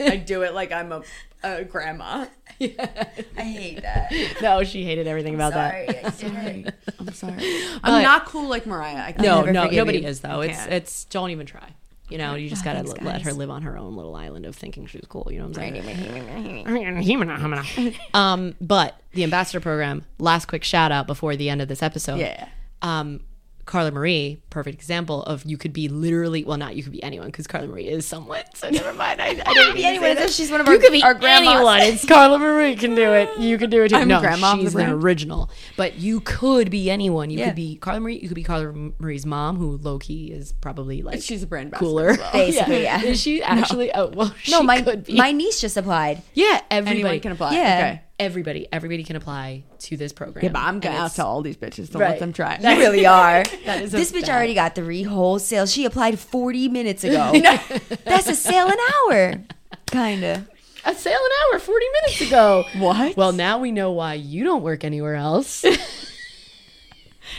Speaker 3: I do it like I'm a, a grandma.
Speaker 1: I hate
Speaker 2: [laughs]
Speaker 1: that.
Speaker 2: No, oh, she hated everything about
Speaker 1: Sorry, I
Speaker 2: [laughs]
Speaker 1: did it.
Speaker 3: I'm sorry. I'm not cool like Mariah. I can
Speaker 2: that. No,
Speaker 1: never
Speaker 2: no,
Speaker 1: forgive
Speaker 2: nobody
Speaker 1: you. Oh,
Speaker 2: is though. It's it's don't even try. You know, you just gotta l- let her live on her own little island of thinking she's cool. You know what I'm saying? [laughs] um, but the ambassador program. Last quick shout out before the end of this episode.
Speaker 3: Yeah.
Speaker 2: um, Carla Marie, perfect example of you could be literally well, not you could be anyone because Carla Marie is someone. So never mind. I, I didn't mean to
Speaker 1: Anyway,
Speaker 2: say that.
Speaker 1: she's one of our, our grandmas.
Speaker 2: anyone. It's Carla Marie can do it. You can do it too. no,
Speaker 3: grandma of the
Speaker 2: she's the
Speaker 3: brand.
Speaker 2: original. But you could be anyone. You
Speaker 1: Yeah.
Speaker 2: could be Carla Marie. You could be Carla Marie's mom, who low key is probably like
Speaker 3: She's a brand ambassador
Speaker 2: cooler.
Speaker 3: as
Speaker 2: [laughs]
Speaker 3: well.
Speaker 1: Basically, yeah.
Speaker 2: Is she actually? Oh well, she
Speaker 1: No, my
Speaker 2: could be.
Speaker 1: my niece just
Speaker 2: [laughs]
Speaker 1: applied.
Speaker 2: yeah, everybody
Speaker 3: Anyone can apply.
Speaker 1: Yeah.
Speaker 3: Okay.
Speaker 2: Everybody, everybody can apply to this program.
Speaker 3: Yeah, but I'm gonna
Speaker 2: And
Speaker 3: out
Speaker 2: it's-
Speaker 3: to all these bitches. Don't
Speaker 2: Right.
Speaker 3: let them try.
Speaker 1: You really are.
Speaker 2: [laughs] That is a
Speaker 1: this bitch
Speaker 2: bad-
Speaker 1: already got three whole sales. She applied 40 minutes ago.
Speaker 2: [laughs]
Speaker 1: That's a sale an hour. Kinda.
Speaker 2: a sale an hour 40 minutes ago.
Speaker 3: [laughs] What?
Speaker 2: Well, now we know why you don't work anywhere else.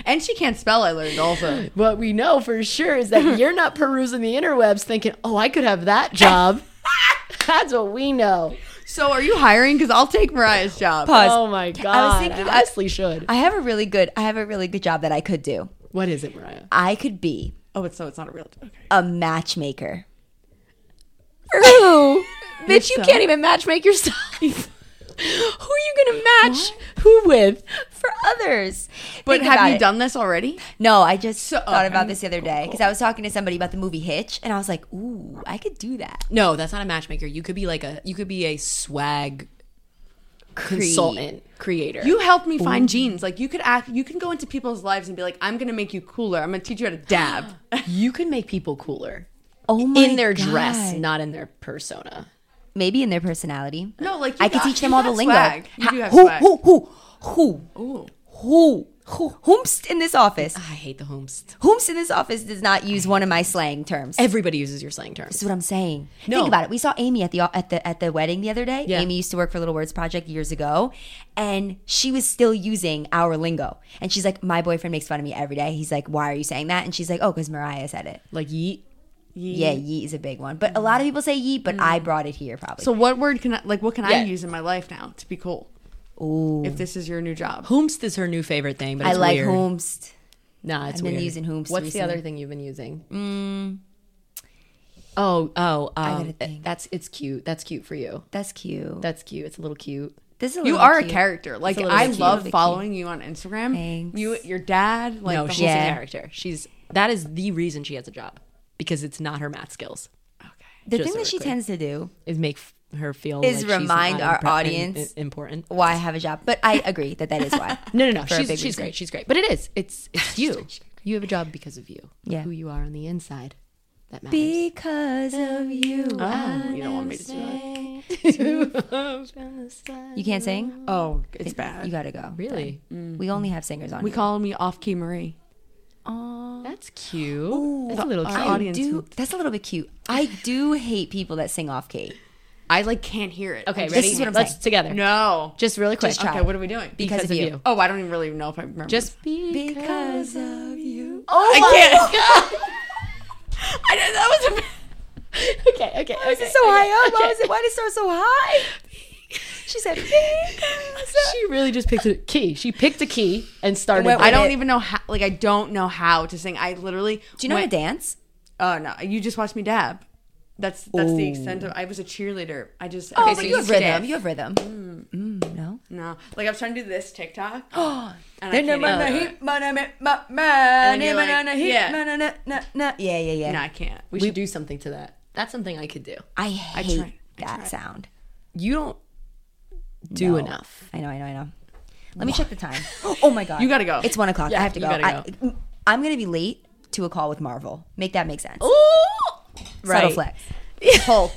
Speaker 3: and she can't spell. I learned [laughs] also.
Speaker 2: what we know for sure is that you're not perusing the interwebs thinking, oh, I could have that job. [laughs] That's what we know.
Speaker 3: So are you hiring? Because I'll take Mariah's job.
Speaker 1: Pause.
Speaker 2: Oh my God. I
Speaker 1: was thinking- I-
Speaker 2: honestly should.
Speaker 1: I have a really good I have a really good job that I could do.
Speaker 2: what is it, Mariah?
Speaker 1: I could be
Speaker 3: Oh, it's so it's not a real. job. Okay.
Speaker 1: a matchmaker. For who?
Speaker 2: Bitch, you can't even match make [laughs] yourself. who are you going to match who with?
Speaker 1: For others.
Speaker 3: But
Speaker 1: Think
Speaker 3: have
Speaker 1: about
Speaker 3: you
Speaker 1: it.
Speaker 3: done this already?
Speaker 1: No, I just thought
Speaker 3: okay.
Speaker 1: about this the other day because I was talking to somebody about the movie Hitch and I was like, ooh, I could do that.
Speaker 2: No, that's not a matchmaker. You could be like a, you could be a swag consultant creator.
Speaker 3: You helped me find jeans. Like you could act. You can go into people's lives and be like, I'm gonna make you cooler. I'm gonna teach you how to dab. [gasps]
Speaker 2: you can make people cooler
Speaker 1: Oh my
Speaker 2: in their dress,
Speaker 1: God.
Speaker 2: not in their persona.
Speaker 1: Maybe in their personality.
Speaker 3: No, like you
Speaker 1: I could
Speaker 3: got-
Speaker 1: teach them
Speaker 3: you
Speaker 1: all the
Speaker 3: got
Speaker 1: lingo.
Speaker 3: swag. You
Speaker 1: Ha-
Speaker 3: do have
Speaker 1: who,
Speaker 3: swag.
Speaker 1: who, who, who, who, who, whomst in this office?
Speaker 3: Ah.
Speaker 2: I hate the homest.
Speaker 1: Whomst in this office does not use one of my slang terms. This
Speaker 2: Everybody uses your slang terms.
Speaker 1: is what I'm saying.
Speaker 2: No.
Speaker 1: Think about it. We saw Amy at the at the at the wedding the other day.
Speaker 2: Yeah.
Speaker 1: Amy used to work for Little Words Project years ago, and she was still using our lingo. And she's like, "My boyfriend makes fun of me every day. He's like, why are you saying that?" And she's like, "Oh, because Mariah said it."
Speaker 2: Like yeet.
Speaker 1: Yeah, yeet is a big one, but a lot of people say yeet,
Speaker 2: Mm.
Speaker 1: but I brought it here probably.
Speaker 3: So what word can I like? What can
Speaker 2: Yeah.
Speaker 3: I use in my life now to be cool? If this is your new job,
Speaker 2: Homest is her new favorite thing, but
Speaker 1: I
Speaker 2: it's
Speaker 1: like
Speaker 2: weird.
Speaker 1: homest.
Speaker 2: Nah, it's
Speaker 1: I've been
Speaker 2: weird.
Speaker 1: using Homest
Speaker 2: What's
Speaker 1: recently.
Speaker 2: the other thing you've been using? Mm. Oh, oh, um,
Speaker 1: gotta think.
Speaker 2: that's it's cute. That's cute for you.
Speaker 1: That's cute.
Speaker 2: That's cute. It's a little cute.
Speaker 1: this is a
Speaker 3: you
Speaker 1: little
Speaker 3: are
Speaker 1: cute.
Speaker 3: a character. Like
Speaker 2: little
Speaker 3: I
Speaker 2: bit
Speaker 3: love
Speaker 1: cute.
Speaker 3: following you on Instagram.
Speaker 1: Thanks.
Speaker 3: You, your dad, like
Speaker 2: no,
Speaker 3: the
Speaker 2: she's
Speaker 3: whole
Speaker 1: Yeah.
Speaker 2: a character. She's that is the reason she has a job because it's not her math skills.
Speaker 1: The thing
Speaker 2: Just so
Speaker 1: that
Speaker 2: we're
Speaker 1: she
Speaker 2: clear.
Speaker 1: tends to do
Speaker 2: It make f- her feel
Speaker 1: Is
Speaker 2: like she's
Speaker 1: remind
Speaker 2: not
Speaker 1: our
Speaker 2: impre-
Speaker 1: audience-
Speaker 2: im- important.
Speaker 1: why I have a job, but I agree that that is
Speaker 2: [laughs]
Speaker 1: why.
Speaker 2: No, no, no.
Speaker 1: For a
Speaker 2: She's,
Speaker 1: big
Speaker 2: she's
Speaker 1: reason.
Speaker 2: great. She's great. But it is. It's
Speaker 1: [laughs]
Speaker 2: it's you. You have a job because of you.
Speaker 1: Yeah.
Speaker 2: Who you are on the inside. That matters.
Speaker 1: Because of you.
Speaker 2: Uh-huh.
Speaker 3: You don't want me to do that.
Speaker 1: You can't sing?
Speaker 3: Oh, it's bad.
Speaker 1: You gotta go.
Speaker 2: Really?
Speaker 1: We only have singers on.
Speaker 3: we
Speaker 1: here.
Speaker 3: call me Off Key Marie.
Speaker 2: That's cute. That's a little
Speaker 3: our
Speaker 2: cute.
Speaker 1: I
Speaker 3: audience
Speaker 1: do.
Speaker 3: who-
Speaker 1: That's a little bit cute. I do hate people that sing off key
Speaker 3: I like can't hear it.
Speaker 2: Okay,
Speaker 3: I just-
Speaker 2: ready?
Speaker 1: is what I'm
Speaker 2: Let's
Speaker 1: saying.
Speaker 2: together.
Speaker 3: No.
Speaker 2: Just really quick.
Speaker 1: Just try.
Speaker 3: okay. What are we doing?
Speaker 1: because, of, you.
Speaker 3: Oh, I don't even really know if I remember.
Speaker 2: Just be.
Speaker 1: Because of you.
Speaker 3: oh, I can't. I did, that was. A,
Speaker 2: Okay, okay, okay.
Speaker 1: This is so high up. Why, was it, why did it start so high? She said,
Speaker 2: she really just picked a key. She picked a key and started.
Speaker 1: went
Speaker 3: I
Speaker 1: with
Speaker 3: don't
Speaker 1: it.
Speaker 3: even know how. Like I don't know how to sing. I literally.
Speaker 1: "Do you know how to
Speaker 3: went-
Speaker 1: dance?"
Speaker 3: Oh no! You just watched me dab. That's that's the extent of. I was a cheerleader. I just.
Speaker 1: Oh,
Speaker 3: okay,
Speaker 1: but
Speaker 3: so
Speaker 1: you have
Speaker 3: did.
Speaker 1: rhythm. You have rhythm. Mm, no.
Speaker 3: No, like I was trying to do this TikTok. and I
Speaker 1: Then
Speaker 3: can't
Speaker 1: I'm
Speaker 3: even
Speaker 1: on the
Speaker 3: do it.
Speaker 1: heat, man, I'm at my- my
Speaker 3: then you're
Speaker 1: name,
Speaker 3: like,
Speaker 1: man, on the heat,
Speaker 3: yeah.
Speaker 1: man, na- na- na- na. Yeah, yeah, yeah.
Speaker 3: No, I can't.
Speaker 2: we should do something to that. That's something I could do.
Speaker 1: I hate
Speaker 3: try-
Speaker 1: that sound.
Speaker 2: You don't do
Speaker 1: No.
Speaker 2: enough.
Speaker 1: I know, I know, I know. Let me check the time. Oh my god,
Speaker 3: You gotta go.
Speaker 1: It's one o'clock. I have to
Speaker 2: you
Speaker 1: go.
Speaker 2: gotta
Speaker 1: I, I'm gonna be late to a call with Marvel. Make that make sense. Subtle
Speaker 2: Right.
Speaker 1: flex.
Speaker 3: Hulk.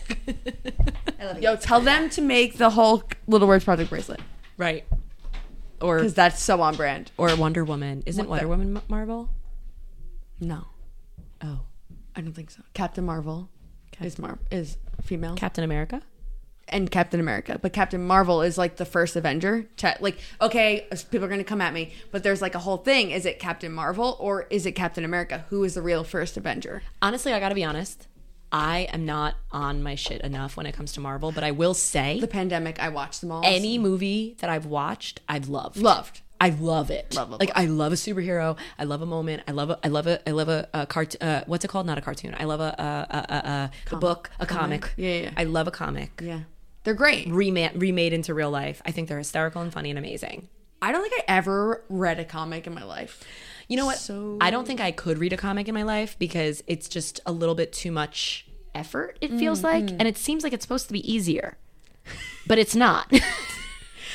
Speaker 1: I love you.
Speaker 3: Yo, tell them to make the Hulk Little Words Project bracelet
Speaker 2: Right. Or
Speaker 3: because that's so on brand.
Speaker 2: or Wonder Woman. Isn't Wonder Woman M- Marvel?
Speaker 3: No,
Speaker 2: Oh,
Speaker 3: I don't think so. Captain Marvel is Mar- is female,
Speaker 2: Captain America.
Speaker 3: and Captain America, but Captain Marvel is like the first Avenger. Te- like, okay, people are gonna come at me, but there's like a whole thing: is it Captain Marvel or is it Captain America? Who is the real first Avenger?
Speaker 2: Honestly, I gotta be honest. I am not on my shit enough when it comes to Marvel, but I will say
Speaker 3: The pandemic, I watched them all.
Speaker 2: any movie that I've watched, I've loved.
Speaker 3: Loved.
Speaker 2: I love it.
Speaker 3: Love, love,
Speaker 2: like I love a superhero. I love a moment. I love a. I love a. I love a, a cart. Uh, what's it called? Not a cartoon. I love a a a, a, a, a book. A comic.
Speaker 3: Yeah, yeah, yeah.
Speaker 2: I love a comic.
Speaker 3: yeah, they're great.
Speaker 2: Rema- remade into real life. I think they're hysterical and funny and amazing.
Speaker 3: I don't think I ever read a comic in my life.
Speaker 2: You know what?
Speaker 3: So-
Speaker 2: I don't think I could read a comic in my life because it's just a little bit too much effort. It feels
Speaker 3: Mm-hmm.
Speaker 2: like, and it seems like it's supposed to be easier, but it's
Speaker 3: [laughs]
Speaker 2: not.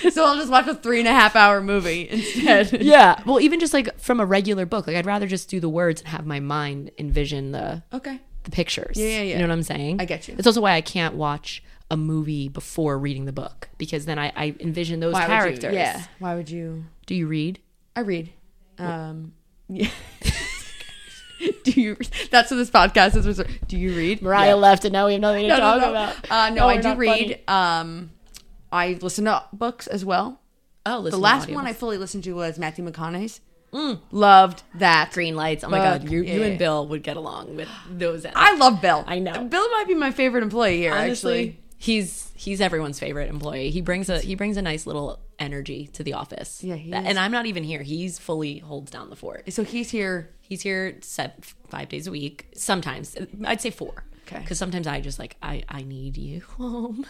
Speaker 3: So I'll just watch a three and a half hour movie instead.
Speaker 2: yeah. Well, even just like from a regular book, like I'd rather just do the words and have my mind envision the
Speaker 3: okay.
Speaker 2: the pictures.
Speaker 3: yeah,
Speaker 2: You
Speaker 3: yeah.
Speaker 2: know what I'm saying?
Speaker 3: I get you.
Speaker 2: It's also why I can't watch a movie before reading the book because then I, I envision those
Speaker 3: Why would you-
Speaker 2: characters.
Speaker 3: yeah. Why would you?
Speaker 2: Do you read?
Speaker 3: I read. Um, yeah. [laughs] Do you? That's what this podcast is. reserved. Do you read?
Speaker 2: Mariah left and now we have nothing to
Speaker 3: No, no,
Speaker 2: talk
Speaker 3: no.
Speaker 2: about.
Speaker 3: Uh, no,
Speaker 2: No,
Speaker 3: I
Speaker 2: we're
Speaker 3: do
Speaker 2: not
Speaker 3: read. Um, I listen to books as well.
Speaker 2: Oh, listen to
Speaker 3: The last
Speaker 2: audiobooks.
Speaker 3: one I fully listened to was Matthew McConaughey's.
Speaker 2: Mm.
Speaker 3: Loved that.
Speaker 2: green lights. Oh my
Speaker 3: Fuck,
Speaker 2: god, you
Speaker 3: yeah,
Speaker 2: you
Speaker 3: yeah.
Speaker 2: and Bill would get along with those.
Speaker 3: I love Bill.
Speaker 2: I know.
Speaker 3: Bill might be my favorite employee here. actually,
Speaker 2: he's he's everyone's favorite employee. He brings a he brings a nice little energy to the office.
Speaker 3: Yeah, he
Speaker 2: That-
Speaker 3: is.
Speaker 2: and I'm not even here. He's fully holds down the fort.
Speaker 3: so he's here.
Speaker 2: He's here set five days a week. Sometimes I'd say four.
Speaker 3: Okay.
Speaker 2: Because sometimes I just like I I need you [laughs] home,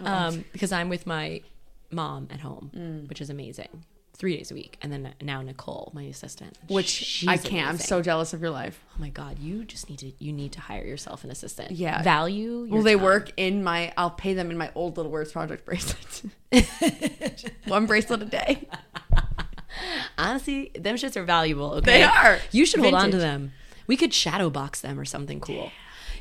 Speaker 3: Oh,
Speaker 2: um, because I'm with my mom at home,
Speaker 3: Mm.
Speaker 2: which is amazing. Three days a week, and then now Nicole, my assistant,
Speaker 3: Which
Speaker 2: She's
Speaker 3: I can't. I'm
Speaker 2: amazing.
Speaker 3: so jealous of your life.
Speaker 2: Oh my god, you just need to you need to hire yourself an assistant.
Speaker 3: Yeah.
Speaker 2: Value your
Speaker 3: Well, they
Speaker 2: time.
Speaker 3: work in my. I'll pay them in my old Little Words Project bracelets.
Speaker 2: [laughs]
Speaker 3: One bracelet a day.
Speaker 2: Honestly, them shits are valuable. Okay?
Speaker 3: They are.
Speaker 2: You should hold on to
Speaker 3: Vintage.
Speaker 2: them. We could shadow box them or something cool.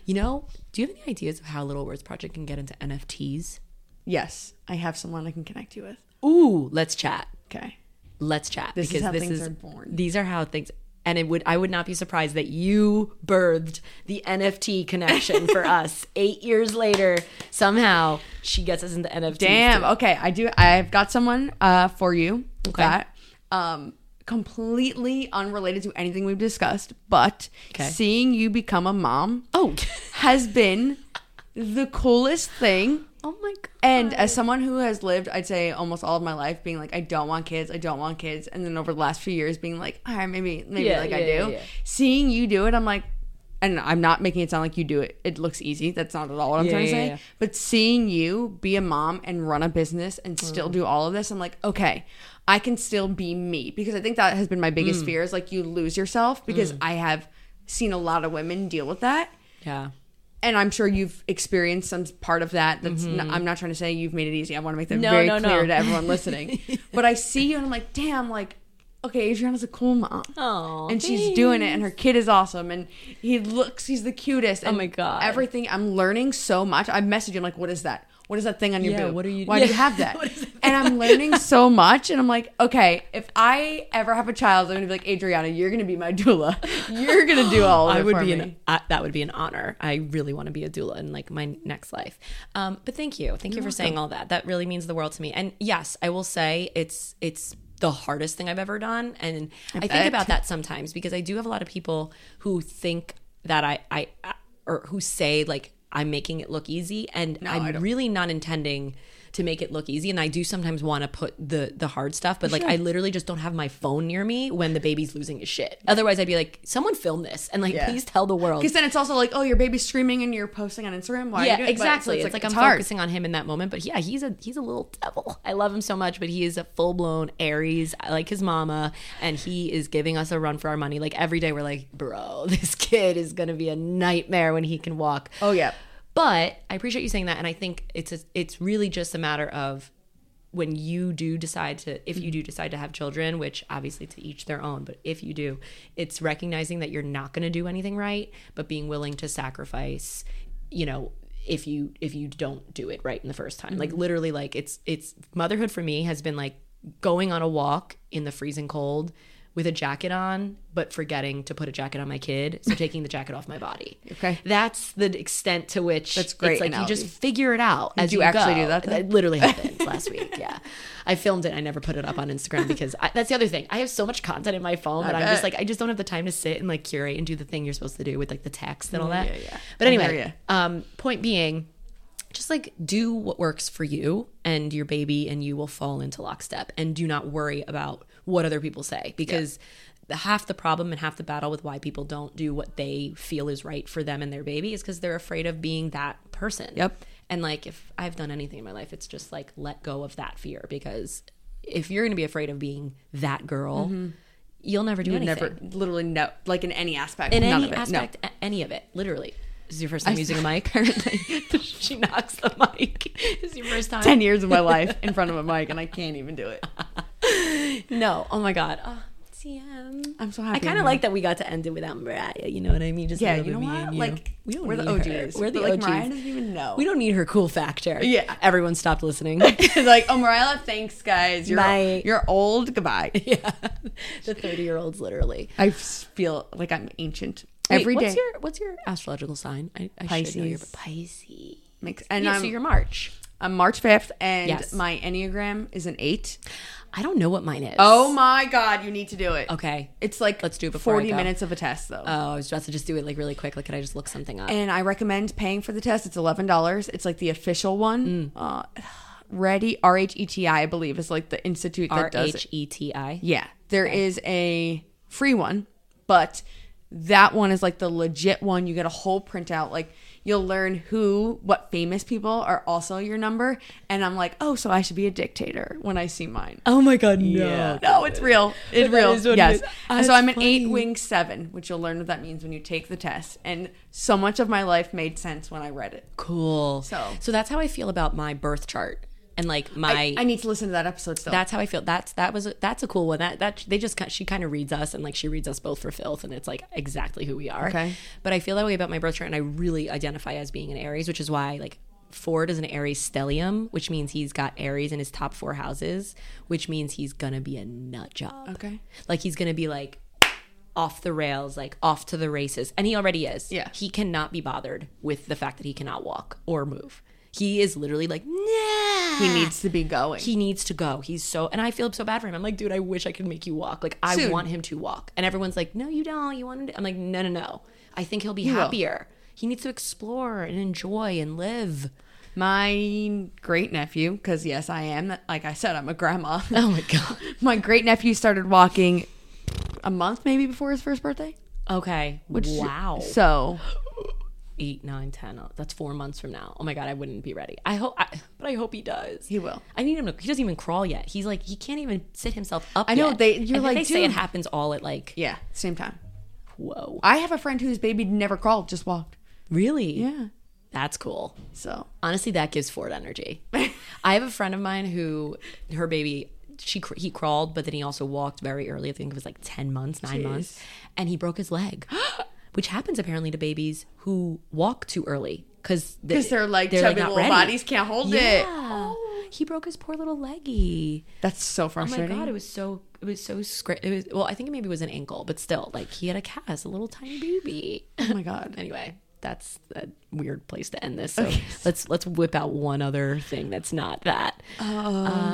Speaker 2: You know, do you have any ideas of how Little Words Project can get into NFTs?
Speaker 3: Yes, I have someone I can connect you with.
Speaker 2: Ooh, let's chat.
Speaker 3: Okay.
Speaker 2: Let's chat.
Speaker 3: This is how things are born.
Speaker 2: These are how things and it would I would not be surprised that you birthed the NFT connection [laughs] for us. Eight years later, somehow she gets us into NFTs.
Speaker 3: Damn.
Speaker 2: too.
Speaker 3: Okay, I do. I've got someone uh, for you. Okay. That um, completely unrelated to anything we've discussed, but
Speaker 2: Okay.
Speaker 3: seeing you become a mom
Speaker 2: Oh.
Speaker 3: has been the coolest thing.
Speaker 2: [laughs] oh my god.
Speaker 3: And as someone who has lived, I'd say almost all of my life being like, I don't want kids, I don't want kids, and then over the last few years being like, all right, maybe, maybe
Speaker 2: Yeah,
Speaker 3: like I do.
Speaker 2: yeah, yeah, yeah.
Speaker 3: Seeing you do it, I'm like, and I'm not making it sound like you do it. It looks easy. That's not at all what I'm
Speaker 2: Yeah,
Speaker 3: trying to
Speaker 2: yeah,
Speaker 3: say.
Speaker 2: yeah.
Speaker 3: But seeing you be a mom and run a business and
Speaker 2: Mm.
Speaker 3: still do all of this, I'm like, okay, I can still be me because I think that has been my biggest
Speaker 2: Mm.
Speaker 3: fear is like you lose yourself because I have seen a lot of women deal with that
Speaker 2: Yeah.
Speaker 3: and I'm sure you've experienced some part of that. That's not, I'm not trying to say you've made it easy. I want to make that
Speaker 2: Mm-hmm. No,
Speaker 3: very
Speaker 2: no, no.
Speaker 3: clear to
Speaker 2: [laughs]
Speaker 3: everyone listening. but I see you and I'm like, damn, like, okay, Adriana's a cool mom.
Speaker 2: Aw,
Speaker 3: and she's doing it, and her kid is awesome, and he looks, he's the cutest. And
Speaker 2: Oh my God.
Speaker 3: everything I'm learning so much. I message him like, what is that? What is that thing on your
Speaker 2: Yeah,
Speaker 3: boob?
Speaker 2: what are you- [laughs]
Speaker 3: Why do you
Speaker 2: Yeah.
Speaker 3: have that? and I'm learning so much, and I'm like, okay, if I ever have a child, I'm gonna be like, Adriana, you're gonna be my doula. [laughs] You're gonna do all of it
Speaker 2: I would
Speaker 3: for
Speaker 2: be
Speaker 3: me.
Speaker 2: an uh, that would be an honor. I really want to be a doula in like my next life. Um, but thank you, thank you for saying all that. That really means the world to me. And yes, I will say it's it's the hardest thing I've ever done, and I, think about that sometimes because I do have a lot of people who think that I I or who say like I'm making it look easy, and I'm really not intending to make it look easy. And I do sometimes want to put the the hard stuff, but like I literally just don't have my phone near me when the baby's losing his shit. Otherwise, I'd be like, someone film this and like
Speaker 3: Yeah.
Speaker 2: please tell the world.
Speaker 3: Because then it's also like, oh, your baby's screaming and you're posting on Instagram. Why? are you
Speaker 2: yeah,
Speaker 3: doing it? But- so
Speaker 2: exactly. it's, like, I'm
Speaker 3: hard.
Speaker 2: focusing on him in that moment, but yeah, he's a he's a little devil. I love him so much, but he is a full blown Aries. I like his mama, and he is giving us a run for our money. Like every day, we're like, bro, [laughs] this kid is gonna be a nightmare when he can walk.
Speaker 3: Oh yeah.
Speaker 2: But I appreciate you saying that, and I think it's a, it's really just a matter of when you do decide to, if you do decide to have children, which obviously to each their own, but if you do, it's recognizing that you're not going to do anything right, but being willing to sacrifice, you know if you if you don't do it right in the first time like literally like it's it's motherhood for me has been like going on a walk in the freezing cold with a jacket on but forgetting to put a jacket on my kid so taking the jacket off my body
Speaker 3: Okay.
Speaker 2: that's the extent to which
Speaker 3: That's great
Speaker 2: It's like
Speaker 3: analogy.
Speaker 2: you just figure it out as
Speaker 3: you
Speaker 2: you,
Speaker 3: actually
Speaker 2: go.
Speaker 3: do that, though?
Speaker 2: It
Speaker 3: [laughs]
Speaker 2: literally happened last week. Yeah, I filmed it. I never put it up on Instagram because I, that's the other thing. I have so much content in my phone that I'm just
Speaker 3: bet.
Speaker 2: like I just don't have the time to sit and like curate and do the thing you're supposed to do with like the text and all that. Yeah, yeah. But
Speaker 3: hear
Speaker 2: anyway, um, point being, just like do what works for you and your baby and you will fall into lockstep and do not worry about what other people say because the half the problem and half the battle with why people don't do what they feel is right for them and their baby is because they're afraid of being that person
Speaker 3: Yep.
Speaker 2: and like if i've done anything in my life it's just like let go of that fear because if you're going to be afraid of being that girl you'll never do
Speaker 3: You
Speaker 2: anything
Speaker 3: Mm-hmm. never, literally, no, like in any aspect,
Speaker 2: in
Speaker 3: none
Speaker 2: any
Speaker 3: of it.
Speaker 2: aspect, a- any of it, literally. This is your first time using a mic. [laughs] Apparently, she knocks the mic. This is your first time.
Speaker 3: No, ten years
Speaker 2: [laughs]
Speaker 3: of my life in front of a mic, and I can't even do it.
Speaker 2: No, oh my god. Oh, CM.
Speaker 3: I'm so
Speaker 2: I
Speaker 3: happy.
Speaker 2: kind of like that we got to end it without Mariah. You know what I mean? Just a
Speaker 3: Yeah,
Speaker 2: little
Speaker 3: you know
Speaker 2: bit me
Speaker 3: what?
Speaker 2: and you.
Speaker 3: Like,
Speaker 2: we don't
Speaker 3: we're the
Speaker 2: need her.
Speaker 3: OGs,
Speaker 2: We're the
Speaker 3: but, like,
Speaker 2: OGs.
Speaker 3: Mariah doesn't even know. [laughs]
Speaker 2: We don't need her cool factor.
Speaker 3: Yeah.
Speaker 2: everyone stopped [laughs] listening.
Speaker 3: It's like, oh, Mariella, thanks, guys. You're
Speaker 2: Bye.
Speaker 3: you're old. Goodbye.
Speaker 2: yeah, the thirty-year-olds literally.
Speaker 3: I s- feel like I'm ancient
Speaker 2: Wait,
Speaker 3: every day.
Speaker 2: what's Your, what's your astrological sign? I, I Should know your,
Speaker 3: Pisces.
Speaker 2: Pisces.
Speaker 3: Makes- and
Speaker 2: yeah,
Speaker 3: I'm,
Speaker 2: so you're March.
Speaker 3: I'm March 5th, and
Speaker 2: Yes.
Speaker 3: my enneagram is an eight.
Speaker 2: I don't know what mine is.
Speaker 3: Oh my god, you need to do it.
Speaker 2: okay.
Speaker 3: It's like
Speaker 2: Let's do it before I
Speaker 3: 40
Speaker 2: go.
Speaker 3: minutes of a test though.
Speaker 2: Oh, I was about to just do it like really quick. Like, could I just look something up?
Speaker 3: and I recommend paying for the test. It's eleven dollars. It's like the official
Speaker 2: Mm.
Speaker 3: one. Uh, Ready R H E T I, I believe, is like the institute that
Speaker 2: R
Speaker 3: does it.
Speaker 2: H E T I.
Speaker 3: Yeah, there is a free one, but that one is like the legit one. You get a whole printout. Like you'll learn who, what famous people are also your number. And I'm like, oh, so I should be a dictator when I see mine.
Speaker 2: Oh my god, no.
Speaker 3: No, it's real. It's real.
Speaker 2: is what it
Speaker 3: Yes.
Speaker 2: is.
Speaker 3: And so I'm an eight wing seven, which you'll learn what that means when you take the test. And so much of my life made sense when I read it.
Speaker 2: Cool.
Speaker 3: So-
Speaker 2: so that's how I feel about my birth chart and like my.
Speaker 3: I, I need to listen to that episode still.
Speaker 2: that's how I feel. That's that was a, that's a cool one. That that they just ki- she kind of reads us and like she reads us both for filth and it's like exactly who we are.
Speaker 3: Okay.
Speaker 2: But I feel that way about my birth chart and I really identify as being an Aries, which is why like Ford is an Aries stellium, which means he's got Aries in his top four houses, which means he's gonna be a nut job.
Speaker 3: okay.
Speaker 2: Like he's gonna be like off the rails, like off to the races, and he already is.
Speaker 3: Yeah.
Speaker 2: he cannot be bothered with the fact that he cannot walk or move. He is literally like, nah.
Speaker 3: He needs to be going.
Speaker 2: He needs to go. He's so, and I feel so bad for him. I'm like, dude, I wish I could make you walk. Like, I
Speaker 3: Soon.
Speaker 2: want him to walk. And everyone's like, no, you don't. You want him to. I'm like, no, no, no. I think he'll be happier. He needs to explore and enjoy and live.
Speaker 3: my great nephew, because yes, I am. Like I said, I'm a grandma.
Speaker 2: [laughs] Oh my god.
Speaker 3: [laughs] my great nephew started walking a month maybe before his first birthday.
Speaker 2: Okay. wow.
Speaker 3: So
Speaker 2: eight, nine, ten. Oh, That's four months from now. Oh my god, I wouldn't be ready. I hope, I, but I hope he does.
Speaker 3: He will.
Speaker 2: I need him to. He doesn't even crawl yet. He's like he can't even sit himself up.
Speaker 3: I know,
Speaker 2: yet.
Speaker 3: they-
Speaker 2: And
Speaker 3: you're
Speaker 2: then
Speaker 3: like,
Speaker 2: they say it
Speaker 3: dude.
Speaker 2: happens all at like
Speaker 3: yeah, same time.
Speaker 2: whoa.
Speaker 3: I have a friend whose baby never crawled, just walked.
Speaker 2: Really?
Speaker 3: Yeah.
Speaker 2: That's cool.
Speaker 3: So
Speaker 2: Honestly, that gives Ford
Speaker 3: [laughs]
Speaker 2: energy. I have a friend of mine who her baby she cr- he crawled, but then he also walked very early. I think it was like ten months, nine months, and he broke his leg, [gasps] which happens apparently to babies who walk too early because
Speaker 3: because they're like chubby little bodies can't hold
Speaker 2: Yeah.
Speaker 3: it. Oh.
Speaker 2: He broke his poor little leggy.
Speaker 3: That's so
Speaker 2: Oh my
Speaker 3: frustrating.
Speaker 2: god, it was so it was so scra- it was well, I think it maybe was an ankle, but still like he had a cast, a little tiny baby.
Speaker 3: oh my god.
Speaker 2: anyway, that's a weird place to end this. So
Speaker 3: [laughs]
Speaker 2: let's let's whip out one other thing that's not that.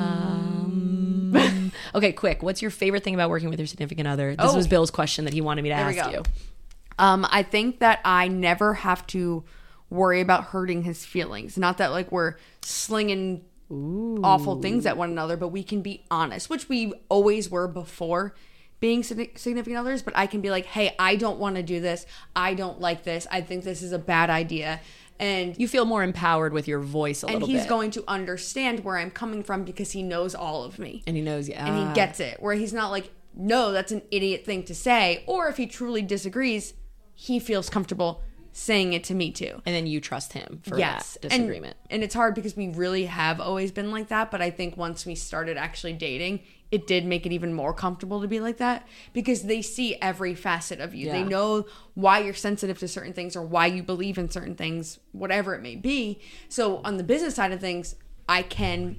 Speaker 2: Um, [laughs] okay, quick. What's your favorite thing about working with your significant other? This
Speaker 3: Oh.
Speaker 2: was Bill's question that he wanted me to
Speaker 3: we
Speaker 2: ask
Speaker 3: go.
Speaker 2: you.
Speaker 3: Um, I think that I never have to worry about hurting his feelings. Not that like we're slinging awful things at one another, but we can be honest, which we always were before being sig- significant others. But I can be like, hey, I don't want to do this. I don't like this. I think this is a bad idea. And
Speaker 2: You feel more empowered with your voice a
Speaker 3: and
Speaker 2: little
Speaker 3: he's
Speaker 2: bit.
Speaker 3: going to understand where I'm coming from because he knows all of me.
Speaker 2: and he knows, yeah.
Speaker 3: and he gets it. Where he's not like, no, that's an idiot thing to say. Or if he truly disagrees, he feels comfortable saying it to me too.
Speaker 2: and then you trust him for
Speaker 3: Yes.
Speaker 2: that
Speaker 3: And-
Speaker 2: disagreement.
Speaker 3: And, it's hard because we really have always been like that. But I think once we started actually dating, it did make it even more comfortable to be like that because they see every facet of you. They
Speaker 2: Yeah.
Speaker 3: know why you're sensitive to certain things or why you believe in certain things, whatever it may be. So on the business side of things, I can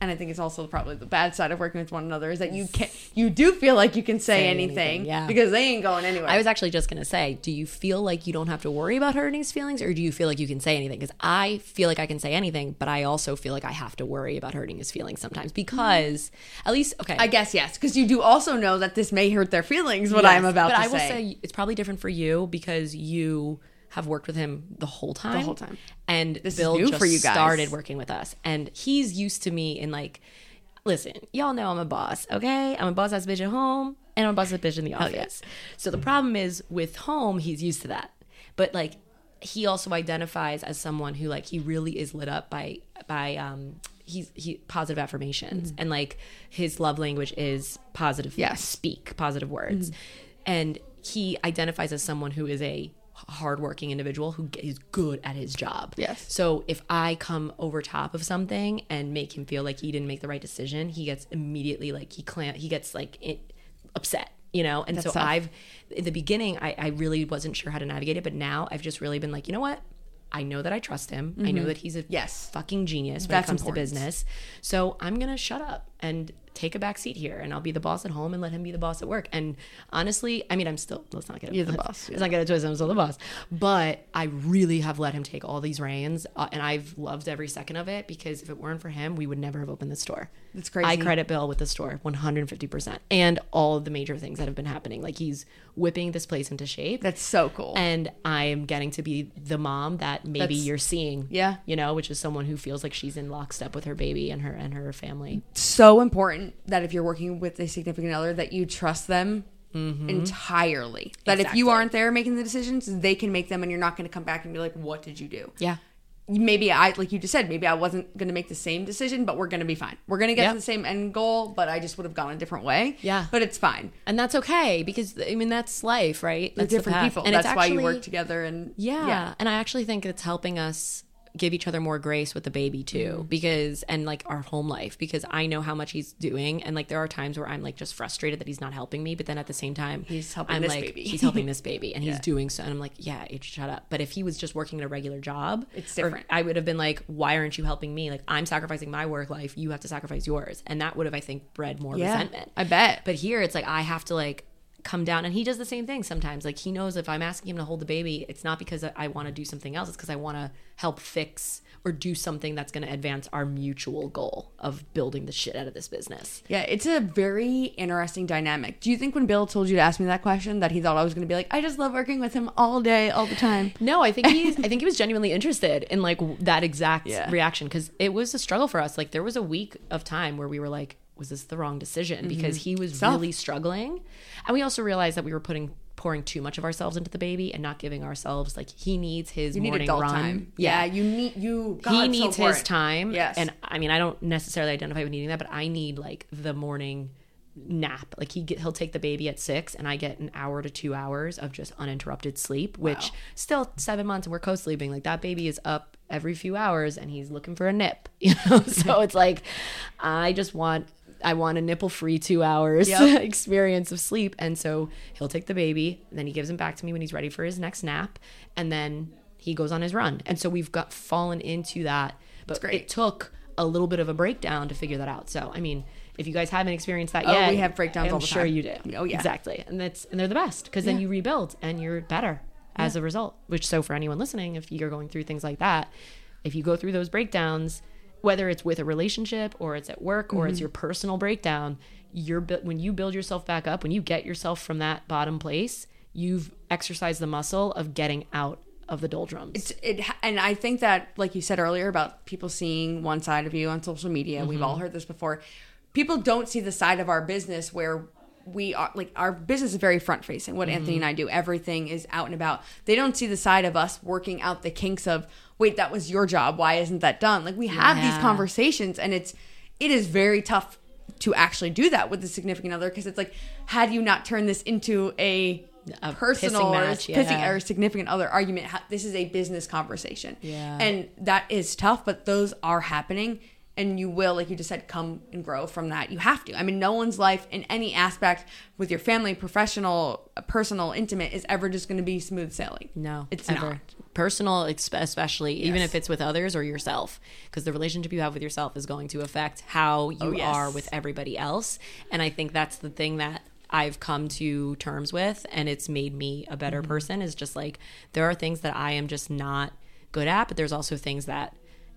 Speaker 3: and I think it's also probably the bad side of working with one another is that you can you do feel like you can say, anything,
Speaker 2: anything, yeah.
Speaker 3: because they ain't going anywhere.
Speaker 2: I was actually just going to say, do you feel like you don't have to worry about hurting his feelings or do you feel like you can say anything? Because I feel like I can say anything, but I also feel like I have to worry about hurting his feelings sometimes because at least, okay.
Speaker 3: I guess yes, because you do also know that this may hurt their feelings. What I'm
Speaker 2: Yes,
Speaker 3: about
Speaker 2: but
Speaker 3: to
Speaker 2: I will say it's probably different for you because you have worked with him the whole time.
Speaker 3: whole time.
Speaker 2: And
Speaker 3: is
Speaker 2: Bill
Speaker 3: new
Speaker 2: just
Speaker 3: for you guys.
Speaker 2: started working with us. And he's used to me in like, listen, y'all know I'm a boss, okay? I'm a boss ass bitch at home and I'm a boss ass bitch in the office. So the problem is with home, he's used to that. But like he also identifies as someone who like he really is lit up by by um he's he positive affirmations and like his love language is positive
Speaker 3: Mm-hmm. Yes. Mm-hmm.
Speaker 2: speak positive words and he identifies as someone who is a hardworking individual who is good at his job
Speaker 3: Yes.
Speaker 2: so if i come over top of something and make him feel like he didn't make the right decision he gets immediately like he clam he gets like it, upset you know and so
Speaker 3: tough.
Speaker 2: i've in the beginning I, I really wasn't sure how to navigate it but now i've just really been like you know what i know that i trust him i know that he's a
Speaker 3: Mm-hmm. Yes.
Speaker 2: fucking genius when
Speaker 3: That's
Speaker 2: it comes
Speaker 3: important.
Speaker 2: to business. So I'm gonna shut up and take a back seat here, and I'll be the boss at home and let him be the boss at work. And honestly, I mean, I'm still let's not get it.
Speaker 3: You're the
Speaker 2: let's-
Speaker 3: boss, yeah.
Speaker 2: Let's not get it twisted. I'm still the boss, but I really have let him take all these reins, uh, and I've loved every second of it because if it weren't for him, we would never have opened the store.
Speaker 3: That's crazy.
Speaker 2: I credit Bill with the store 150%, and all of the major things that have been happening. Like he's whipping this place into shape.
Speaker 3: That's so cool.
Speaker 2: And I am getting to be the mom that maybe
Speaker 3: That's-
Speaker 2: you're seeing.
Speaker 3: Yeah.
Speaker 2: You know, which is someone who feels like she's in lockstep with her baby and her and her family.
Speaker 3: so important that if you're working with a significant other that you trust them entirely that if
Speaker 2: Mm-hmm.
Speaker 3: you
Speaker 2: Exactly.
Speaker 3: aren't there making the decisions they can make them and you're not going to come back and be like what did you do
Speaker 2: Yeah.
Speaker 3: maybe i like you just said maybe i wasn't going to make the same decision but we're going to be fine we're going to get
Speaker 2: Yeah.
Speaker 3: to the same end goal but i just would have gone a different way
Speaker 2: Yeah.
Speaker 3: but it's fine
Speaker 2: And that's okay because I mean that's life, right?
Speaker 3: They're
Speaker 2: That's the
Speaker 3: different
Speaker 2: path.
Speaker 3: people
Speaker 2: And
Speaker 3: that's
Speaker 2: it's
Speaker 3: why you
Speaker 2: actually-
Speaker 3: work together and
Speaker 2: Yeah. And I actually think it's helping us give each other more grace with the baby
Speaker 3: Mm-hmm.
Speaker 2: too because and like our home life because I know how much he's doing and like there are times where I'm like just frustrated that he's not helping me but then at the same time
Speaker 3: He's helping
Speaker 2: I'm
Speaker 3: this
Speaker 2: like
Speaker 3: baby.
Speaker 2: he's helping this baby
Speaker 3: [laughs]
Speaker 2: and he's doing so and I'm like yeah it shut up but if he was just working at a regular job
Speaker 3: It's
Speaker 2: or
Speaker 3: different.
Speaker 2: I would have been like why aren't you helping me like I'm sacrificing my work life you have to sacrifice yours and that would have I think bred more
Speaker 3: Yeah.
Speaker 2: resentment
Speaker 3: I bet.
Speaker 2: but here it's like I have to like come down and he does the same thing sometimes. Like he knows if I'm asking him to hold the baby, it's not because I want to do something else, it's because I want to help fix or do something that's going to advance our mutual goal of building the shit out of this business.
Speaker 3: yeah it's a very interesting dynamic do you think when bill told you to ask me that question that he thought i was going to be like i just love working with him all day all the time
Speaker 2: No, I think
Speaker 3: [laughs]
Speaker 2: he's I think he was genuinely interested in like w- that exact
Speaker 3: Yeah.
Speaker 2: reaction cuz it was a struggle for us. Like there was a week of time where we were like was this the wrong decision
Speaker 3: Mm-hmm.
Speaker 2: because he was really struggling. And we also realized that we were putting pouring too much of ourselves into the baby and not giving ourselves like he needs his
Speaker 3: you need
Speaker 2: morning
Speaker 3: adult
Speaker 2: run.
Speaker 3: time yeah. you need you God,
Speaker 2: he
Speaker 3: so
Speaker 2: needs his
Speaker 3: important.
Speaker 2: time.
Speaker 3: yes
Speaker 2: And I mean, I don't necessarily identify with needing that, but I need like the morning nap. Like he get, he'll take the baby at six, and I get an hour to two hours of just uninterrupted sleep. Which still seven months, and we're co-sleeping. Like that baby is up every few hours, and he's looking for a nip. [laughs] You know, so it's like I just want. I want a nipple free two hours [laughs] experience of sleep. And so he'll take the baby, and then he gives him back to me when he's ready for his next nap. And then he goes on his run. And so we've got fallen into that. But
Speaker 3: great.
Speaker 2: it took a little bit of a breakdown to figure that out. So, I mean, if you guys haven't experienced that
Speaker 3: Oh,
Speaker 2: yet,
Speaker 3: we have breakdowns
Speaker 2: I'm
Speaker 3: all the
Speaker 2: sure
Speaker 3: time.
Speaker 2: you do.
Speaker 3: Oh, yeah.
Speaker 2: exactly. And that's and they're the best because then you rebuild and you're better as a result. Which so for anyone listening, if you're going through things like that, if you go through those breakdowns, whether it's with a relationship or it's at work or it's
Speaker 3: Mm-hmm.
Speaker 2: your personal breakdown, you're bu- when you build yourself back up, when you get yourself from that bottom place, you've exercised the muscle of getting out of the doldrums.
Speaker 3: It's, it, ha- and I think that, like you said earlier about people seeing one side of you on social media, we've
Speaker 2: Mm-hmm.
Speaker 3: all heard this before. People don't see the side of our business where we are like our business is very front facing. What Anthony
Speaker 2: Mm-hmm.
Speaker 3: and I do, everything is out and about. They don't see the side of us working out the kinks of wait, that was your job. Why isn't that done? Like we have these conversations, and it's it is very tough to actually do that with a significant other because it's like, how do you not turn this into a
Speaker 2: A
Speaker 3: personal
Speaker 2: pissing
Speaker 3: or
Speaker 2: match,
Speaker 3: pissing
Speaker 2: yeah.
Speaker 3: or significant other argument. Ha- This is a business conversation.
Speaker 2: Yeah.
Speaker 3: And that is tough, but those are happening. And you will, like you just said, come and grow from that. You have to. I mean, no one's life in any aspect with your family, professional, personal, intimate is ever just going to be smooth sailing.
Speaker 2: No,
Speaker 3: it's
Speaker 2: ever.
Speaker 3: not.
Speaker 2: Personal, ex- especially even
Speaker 3: Yes.
Speaker 2: if it's with others or yourself, because the relationship you have with yourself is going to affect how you
Speaker 3: Oh, yes.
Speaker 2: are with everybody else. And I think that's the thing that I've come to terms with, and it's made me a
Speaker 3: Mm-hmm.
Speaker 2: better person. Is just like there are things that I am just not good at, but there's also things that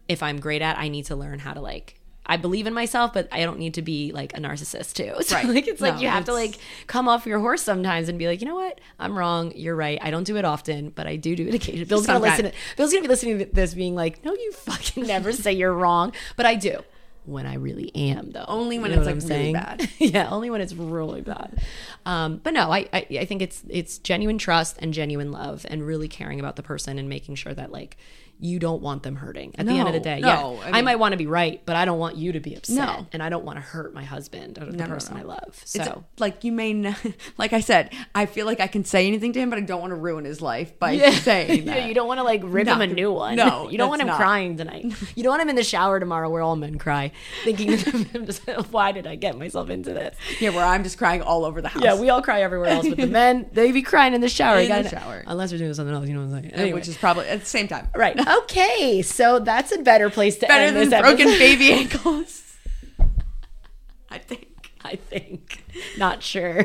Speaker 2: if I'm great at, I need to learn how to like. I believe in myself, but I don't need to be like a narcissist too. [laughs] So
Speaker 3: Right.
Speaker 2: like it's
Speaker 3: No,
Speaker 2: like you have to
Speaker 3: it's-
Speaker 2: like come off your horse sometimes and be like, you know what? I'm wrong. You're right. I don't do it often, but I do do it occasionally. Bill's gonna
Speaker 3: Sometimes.
Speaker 2: listen. Bill's gonna be listening to this, being like, no, you fucking never say you're wrong, but I do when I really am though.
Speaker 3: Only when
Speaker 2: You know
Speaker 3: it's,
Speaker 2: what
Speaker 3: like, really bad.
Speaker 2: [laughs] yeah, only when it's really bad. Um, but no, I, I I think it's it's genuine trust and genuine love and really caring about the person and making sure that like. You don't want them hurting at the end of the
Speaker 3: No,
Speaker 2: day.
Speaker 3: no,
Speaker 2: yeah,
Speaker 3: I
Speaker 2: I,
Speaker 3: mean-
Speaker 2: might want to be right, but I don't want you to be upset,
Speaker 3: No.
Speaker 2: and I don't want to hurt my husband or the
Speaker 3: No, no,
Speaker 2: person
Speaker 3: no.
Speaker 2: I love. So
Speaker 3: It's
Speaker 2: [laughs]
Speaker 3: like you may, not, [laughs] like I said, I feel like I can say anything to him, but I don't want to ruin his life by saying that.
Speaker 2: Yeah, [laughs] you don't want to like rip him a new one.
Speaker 3: no,
Speaker 2: [laughs] you don't want him
Speaker 3: that's not.
Speaker 2: crying
Speaker 3: [laughs]
Speaker 2: tonight. You don't want him in the shower tomorrow where all men cry, [laughs] thinking to himself, "Why did I get myself into this?"
Speaker 3: yeah, where I'm just crying all over the house.
Speaker 2: Yeah, we all cry everywhere else, but the
Speaker 3: [laughs]
Speaker 2: men they be crying in the shower. You
Speaker 3: In
Speaker 2: gotta-
Speaker 3: the shower.
Speaker 2: unless you're doing something else. You know what I'm saying? Anyway.
Speaker 3: which is probably at the same time.
Speaker 2: right.
Speaker 3: [laughs]
Speaker 2: Okay, so that's a better place to
Speaker 3: Better
Speaker 2: end
Speaker 3: than
Speaker 2: this
Speaker 3: broken
Speaker 2: episode,
Speaker 3: baby ankles. I think.
Speaker 2: [laughs] I think. Not sure.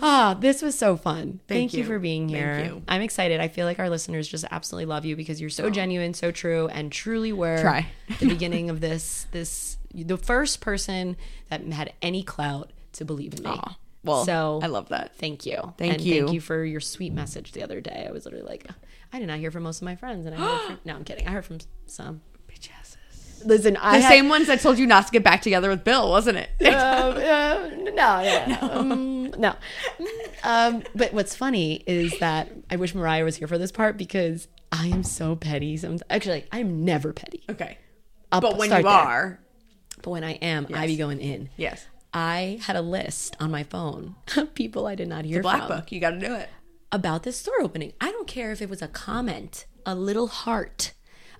Speaker 2: Ah, this was so fun. Thank, you.
Speaker 3: you.
Speaker 2: for being
Speaker 3: Thank
Speaker 2: here.
Speaker 3: you. Oh.
Speaker 2: I'm excited. I feel like our listeners just absolutely love you because you're so genuine, so true, and truly were
Speaker 3: Try.
Speaker 2: the beginning of this. This the first person that had any clout to believe in me.
Speaker 3: Aw. Well,
Speaker 2: so
Speaker 3: I love that.
Speaker 2: Thank you.
Speaker 3: Thank
Speaker 2: And
Speaker 3: you.
Speaker 2: Thank you for your sweet message the other day. I was literally like, I did not hear from most of my friends, and I
Speaker 3: [gasps]
Speaker 2: heard from, no, I'm kidding. I heard from some.
Speaker 3: Bitch asses.
Speaker 2: Listen,
Speaker 3: The
Speaker 2: I
Speaker 3: same ones that told you not to get back together with Bill, wasn't it?
Speaker 2: um, uh, no, no, no. Um, no. Um, but what's funny is that I wish Mariah was here for this part because I am so petty. Sometimes. Actually, I'm never petty.
Speaker 3: [laughs] okay.
Speaker 2: I'll
Speaker 3: But when you
Speaker 2: start there.
Speaker 3: are,
Speaker 2: but when I am, I be going in.
Speaker 3: yes.
Speaker 2: I had a list on my phone [laughs] of people I did not hear
Speaker 3: Black
Speaker 2: from
Speaker 3: book, you got to do it.
Speaker 2: about this store opening. I don't care if it was a comment, a little heart,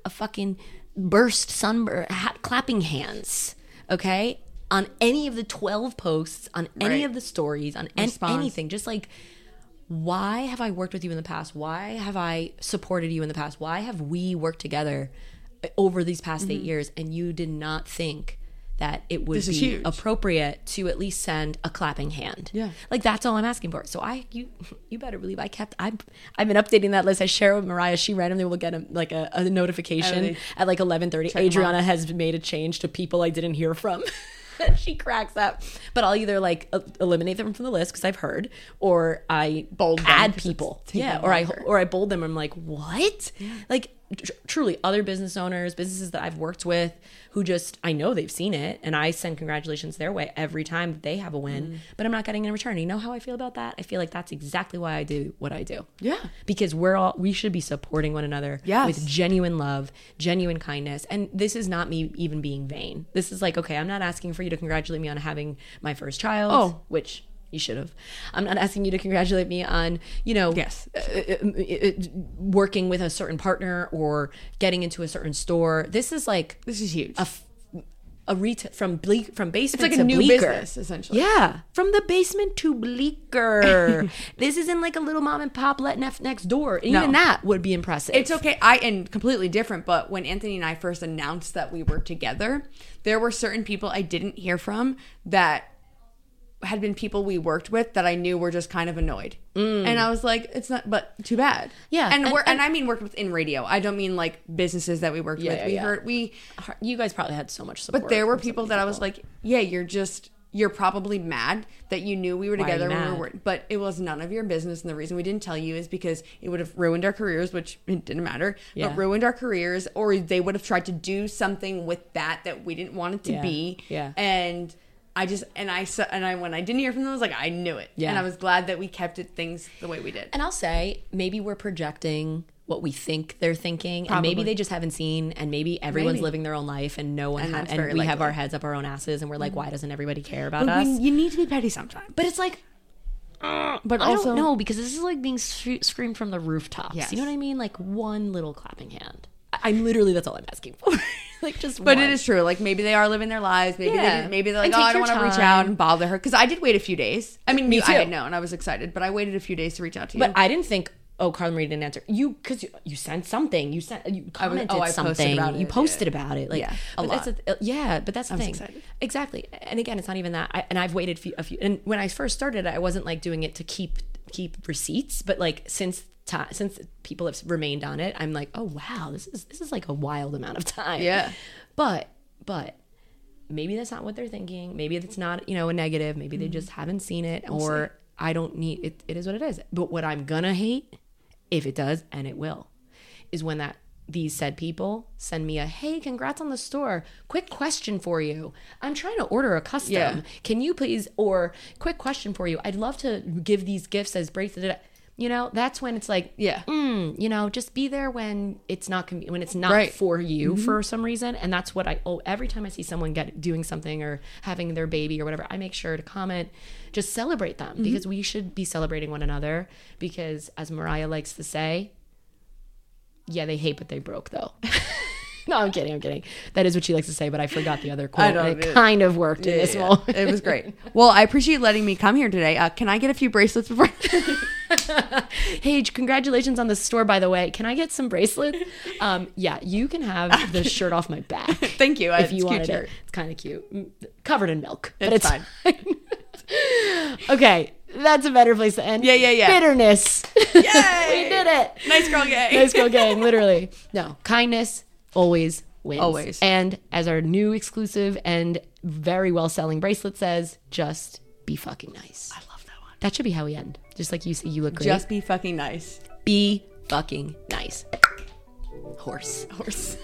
Speaker 2: a fucking burst sunburn, ha- clapping hands, okay? On any of the 12 posts, on any
Speaker 3: Right.
Speaker 2: of the stories, on an-
Speaker 3: Response.
Speaker 2: anything. Just like, why have I worked with you in the past? Why have I supported you in the past? Why have we worked together uh, over these past eight years and you did not think that it would
Speaker 3: Mm-hmm. This is
Speaker 2: be
Speaker 3: huge.
Speaker 2: appropriate to at least send a clapping hand?
Speaker 3: Yeah.
Speaker 2: Like that's all I'm asking for. So I you [laughs] you better believe I kept I'm I've been updating that list. I share with Mariah. She randomly will get a, like a, a notification at like 11:30. Adriana has made a change to people I didn't hear from. [laughs] she cracks up. But I'll either like el- eliminate them from the list because I've heard, or I
Speaker 3: Bold them
Speaker 2: add
Speaker 3: 'cause it's
Speaker 2: people.
Speaker 3: taking
Speaker 2: Yeah, or I
Speaker 3: longer.
Speaker 2: or I bold them. I'm like, what? Like tr- truly, other business owners, businesses that I've worked with, who just I know they've seen it, and I send congratulations their way every time that they have a win,
Speaker 3: Mm.
Speaker 2: but I'm not getting in return. You know how I feel about that? I feel like that's exactly why I do what I do.
Speaker 3: Yeah.
Speaker 2: because we're all we should be supporting one another
Speaker 3: Yes.
Speaker 2: with genuine love, genuine kindness, and this is not me even being vain. This is like, okay, I'm not asking for you to congratulate me on having my first child.
Speaker 3: Oh.
Speaker 2: which. You should have. I'm not asking you to congratulate me on, you know,
Speaker 3: Yes.
Speaker 2: uh, uh, uh, working with a certain partner or getting into a certain store. This is like
Speaker 3: This is huge.
Speaker 2: a f- a retail from bleak from basement
Speaker 3: like a
Speaker 2: to
Speaker 3: new
Speaker 2: bleaker.
Speaker 3: business, essentially.
Speaker 2: Yeah, from the basement to [laughs] bleaker. this isn't like a little mom and pop let nef- next door. And
Speaker 3: No.
Speaker 2: Even that would be impressive.
Speaker 3: It's okay. I and completely different, but when Anthony and I first announced that we were together, there were certain people I didn't hear from that had been people we worked with that I knew were just kind of annoyed. And I was like, it's not but too bad.
Speaker 2: Mm. Yeah,
Speaker 3: And,
Speaker 2: and-
Speaker 3: we're and, I mean worked with in radio. I don't mean like businesses that we worked with.
Speaker 2: yeah,
Speaker 3: we
Speaker 2: yeah.
Speaker 3: heard we
Speaker 2: You guys probably had so much support.
Speaker 3: but there were
Speaker 2: from so
Speaker 3: people
Speaker 2: many
Speaker 3: that I was like, yeah, you're just you're probably mad that you knew we were
Speaker 2: Why are you
Speaker 3: together when we
Speaker 2: mad?
Speaker 3: were, but it was none of your business. And the reason we didn't tell you is because it would have ruined our careers, which [laughs] it didn't matter,
Speaker 2: Yeah.
Speaker 3: but ruined our careers, or they would have tried to do something with that that we didn't want it to
Speaker 2: Yeah.
Speaker 3: be.
Speaker 2: Yeah.
Speaker 3: And I just, and I, sa- and I, when I didn't hear from them, I was like, I knew it.
Speaker 2: Yeah.
Speaker 3: And I was glad that we kept it things the way we did.
Speaker 2: And I'll say maybe we're projecting what we think they're thinking, and
Speaker 3: Probably.
Speaker 2: maybe they just haven't seen, and maybe everyone's
Speaker 3: Maybe.
Speaker 2: living their own life, and no one,
Speaker 3: And
Speaker 2: ha-
Speaker 3: that's
Speaker 2: and we
Speaker 3: very
Speaker 2: have
Speaker 3: likely.
Speaker 2: our heads up our own asses, and we're like, why doesn't everybody care about
Speaker 3: But
Speaker 2: us?
Speaker 3: we- you need to be petty sometimes.
Speaker 2: but it's like
Speaker 3: But
Speaker 2: I don't know because this is like being sh- screamed from the rooftops.
Speaker 3: Yes.
Speaker 2: You know what I mean? Like one little clapping hand. I- I'm literally that's all I'm asking for. [laughs] like just.
Speaker 3: But
Speaker 2: one.
Speaker 3: it is true. Like maybe they are living their lives. Maybe
Speaker 2: Yeah.
Speaker 3: they didn't, maybe they're
Speaker 2: And
Speaker 3: like, oh,
Speaker 2: take
Speaker 3: I don't
Speaker 2: your
Speaker 3: want to reach
Speaker 2: time.
Speaker 3: out and bother her because I did wait a few days. I mean, you, I
Speaker 2: too.
Speaker 3: had known I was excited, but I waited a few days to reach out to you.
Speaker 2: But I didn't think. Oh, Carla Marie didn't answer you because you, you sent something. You sent you
Speaker 3: was-
Speaker 2: commented
Speaker 3: oh, I posted
Speaker 2: something.
Speaker 3: about it,
Speaker 2: you
Speaker 3: yeah.
Speaker 2: posted about it. Like
Speaker 3: Yeah, a
Speaker 2: but That's a, yeah, but that's the thing.
Speaker 3: excited.
Speaker 2: Exactly. And again, it's not even that. I, and I've waited few, a few. And when I first started, I wasn't like doing it to keep keep receipts. But like since time, since people have remained on it, I'm like, oh wow, this is this is like a wild amount of time.
Speaker 3: Yeah.
Speaker 2: But but maybe that's not what they're thinking. Maybe it's not, you know, a negative. Maybe they just haven't seen it or I don't need it. It is what it is. But what I'm going to hate, if it does, and it will, is when that these said people send me a hey congrats on the store quick question for you i'm trying to order a custom
Speaker 3: Yeah.
Speaker 2: can you please or quick question for you i'd love to give these gifts as bracelets you know that's when it's like
Speaker 3: yeah,
Speaker 2: mm, you know, just be there when it's not con- when it's not
Speaker 3: Right. Mm-hmm.
Speaker 2: for you for some reason, and that's what I oh every time I see someone get doing something or having their baby or whatever, I make sure to comment, just celebrate
Speaker 3: Mm-hmm.
Speaker 2: them because we should be celebrating one another because as Mariah likes to say, yeah, they hate but they broke though. [laughs] no, I'm kidding, I'm kidding. That is what she likes to say, but I forgot the other quote.
Speaker 3: don't-
Speaker 2: and it
Speaker 3: it-
Speaker 2: kind of worked in this
Speaker 3: yeah.
Speaker 2: moment.
Speaker 3: it was great. Well, I appreciate letting me come here today. Uh, can I get a few bracelets before? [laughs]
Speaker 2: [laughs] hey, congratulations on the store, by the way. Can I get some bracelets? Um, yeah, you can have
Speaker 3: [laughs]
Speaker 2: the shirt off my back.
Speaker 3: Thank you. It's
Speaker 2: If
Speaker 3: a
Speaker 2: you
Speaker 3: cute
Speaker 2: wanted
Speaker 3: shirt.
Speaker 2: it. It's kind of cute. Mm, Covered in milk. But
Speaker 3: It's
Speaker 2: it's, fine. [laughs] okay, that's a better place to end.
Speaker 3: Yeah, yeah, yeah.
Speaker 2: Bitterness. [laughs] we did it.
Speaker 3: nice girl, gay.
Speaker 2: Nice girl
Speaker 3: [laughs]
Speaker 2: gang, literally. No, kindness always wins.
Speaker 3: Always.
Speaker 2: And as our new exclusive and very well selling bracelet says, just be fucking nice. I love that one. That should be how we end. Just like you say, you look great
Speaker 3: Just be fucking nice.
Speaker 2: be fucking nice. Horse. Horse.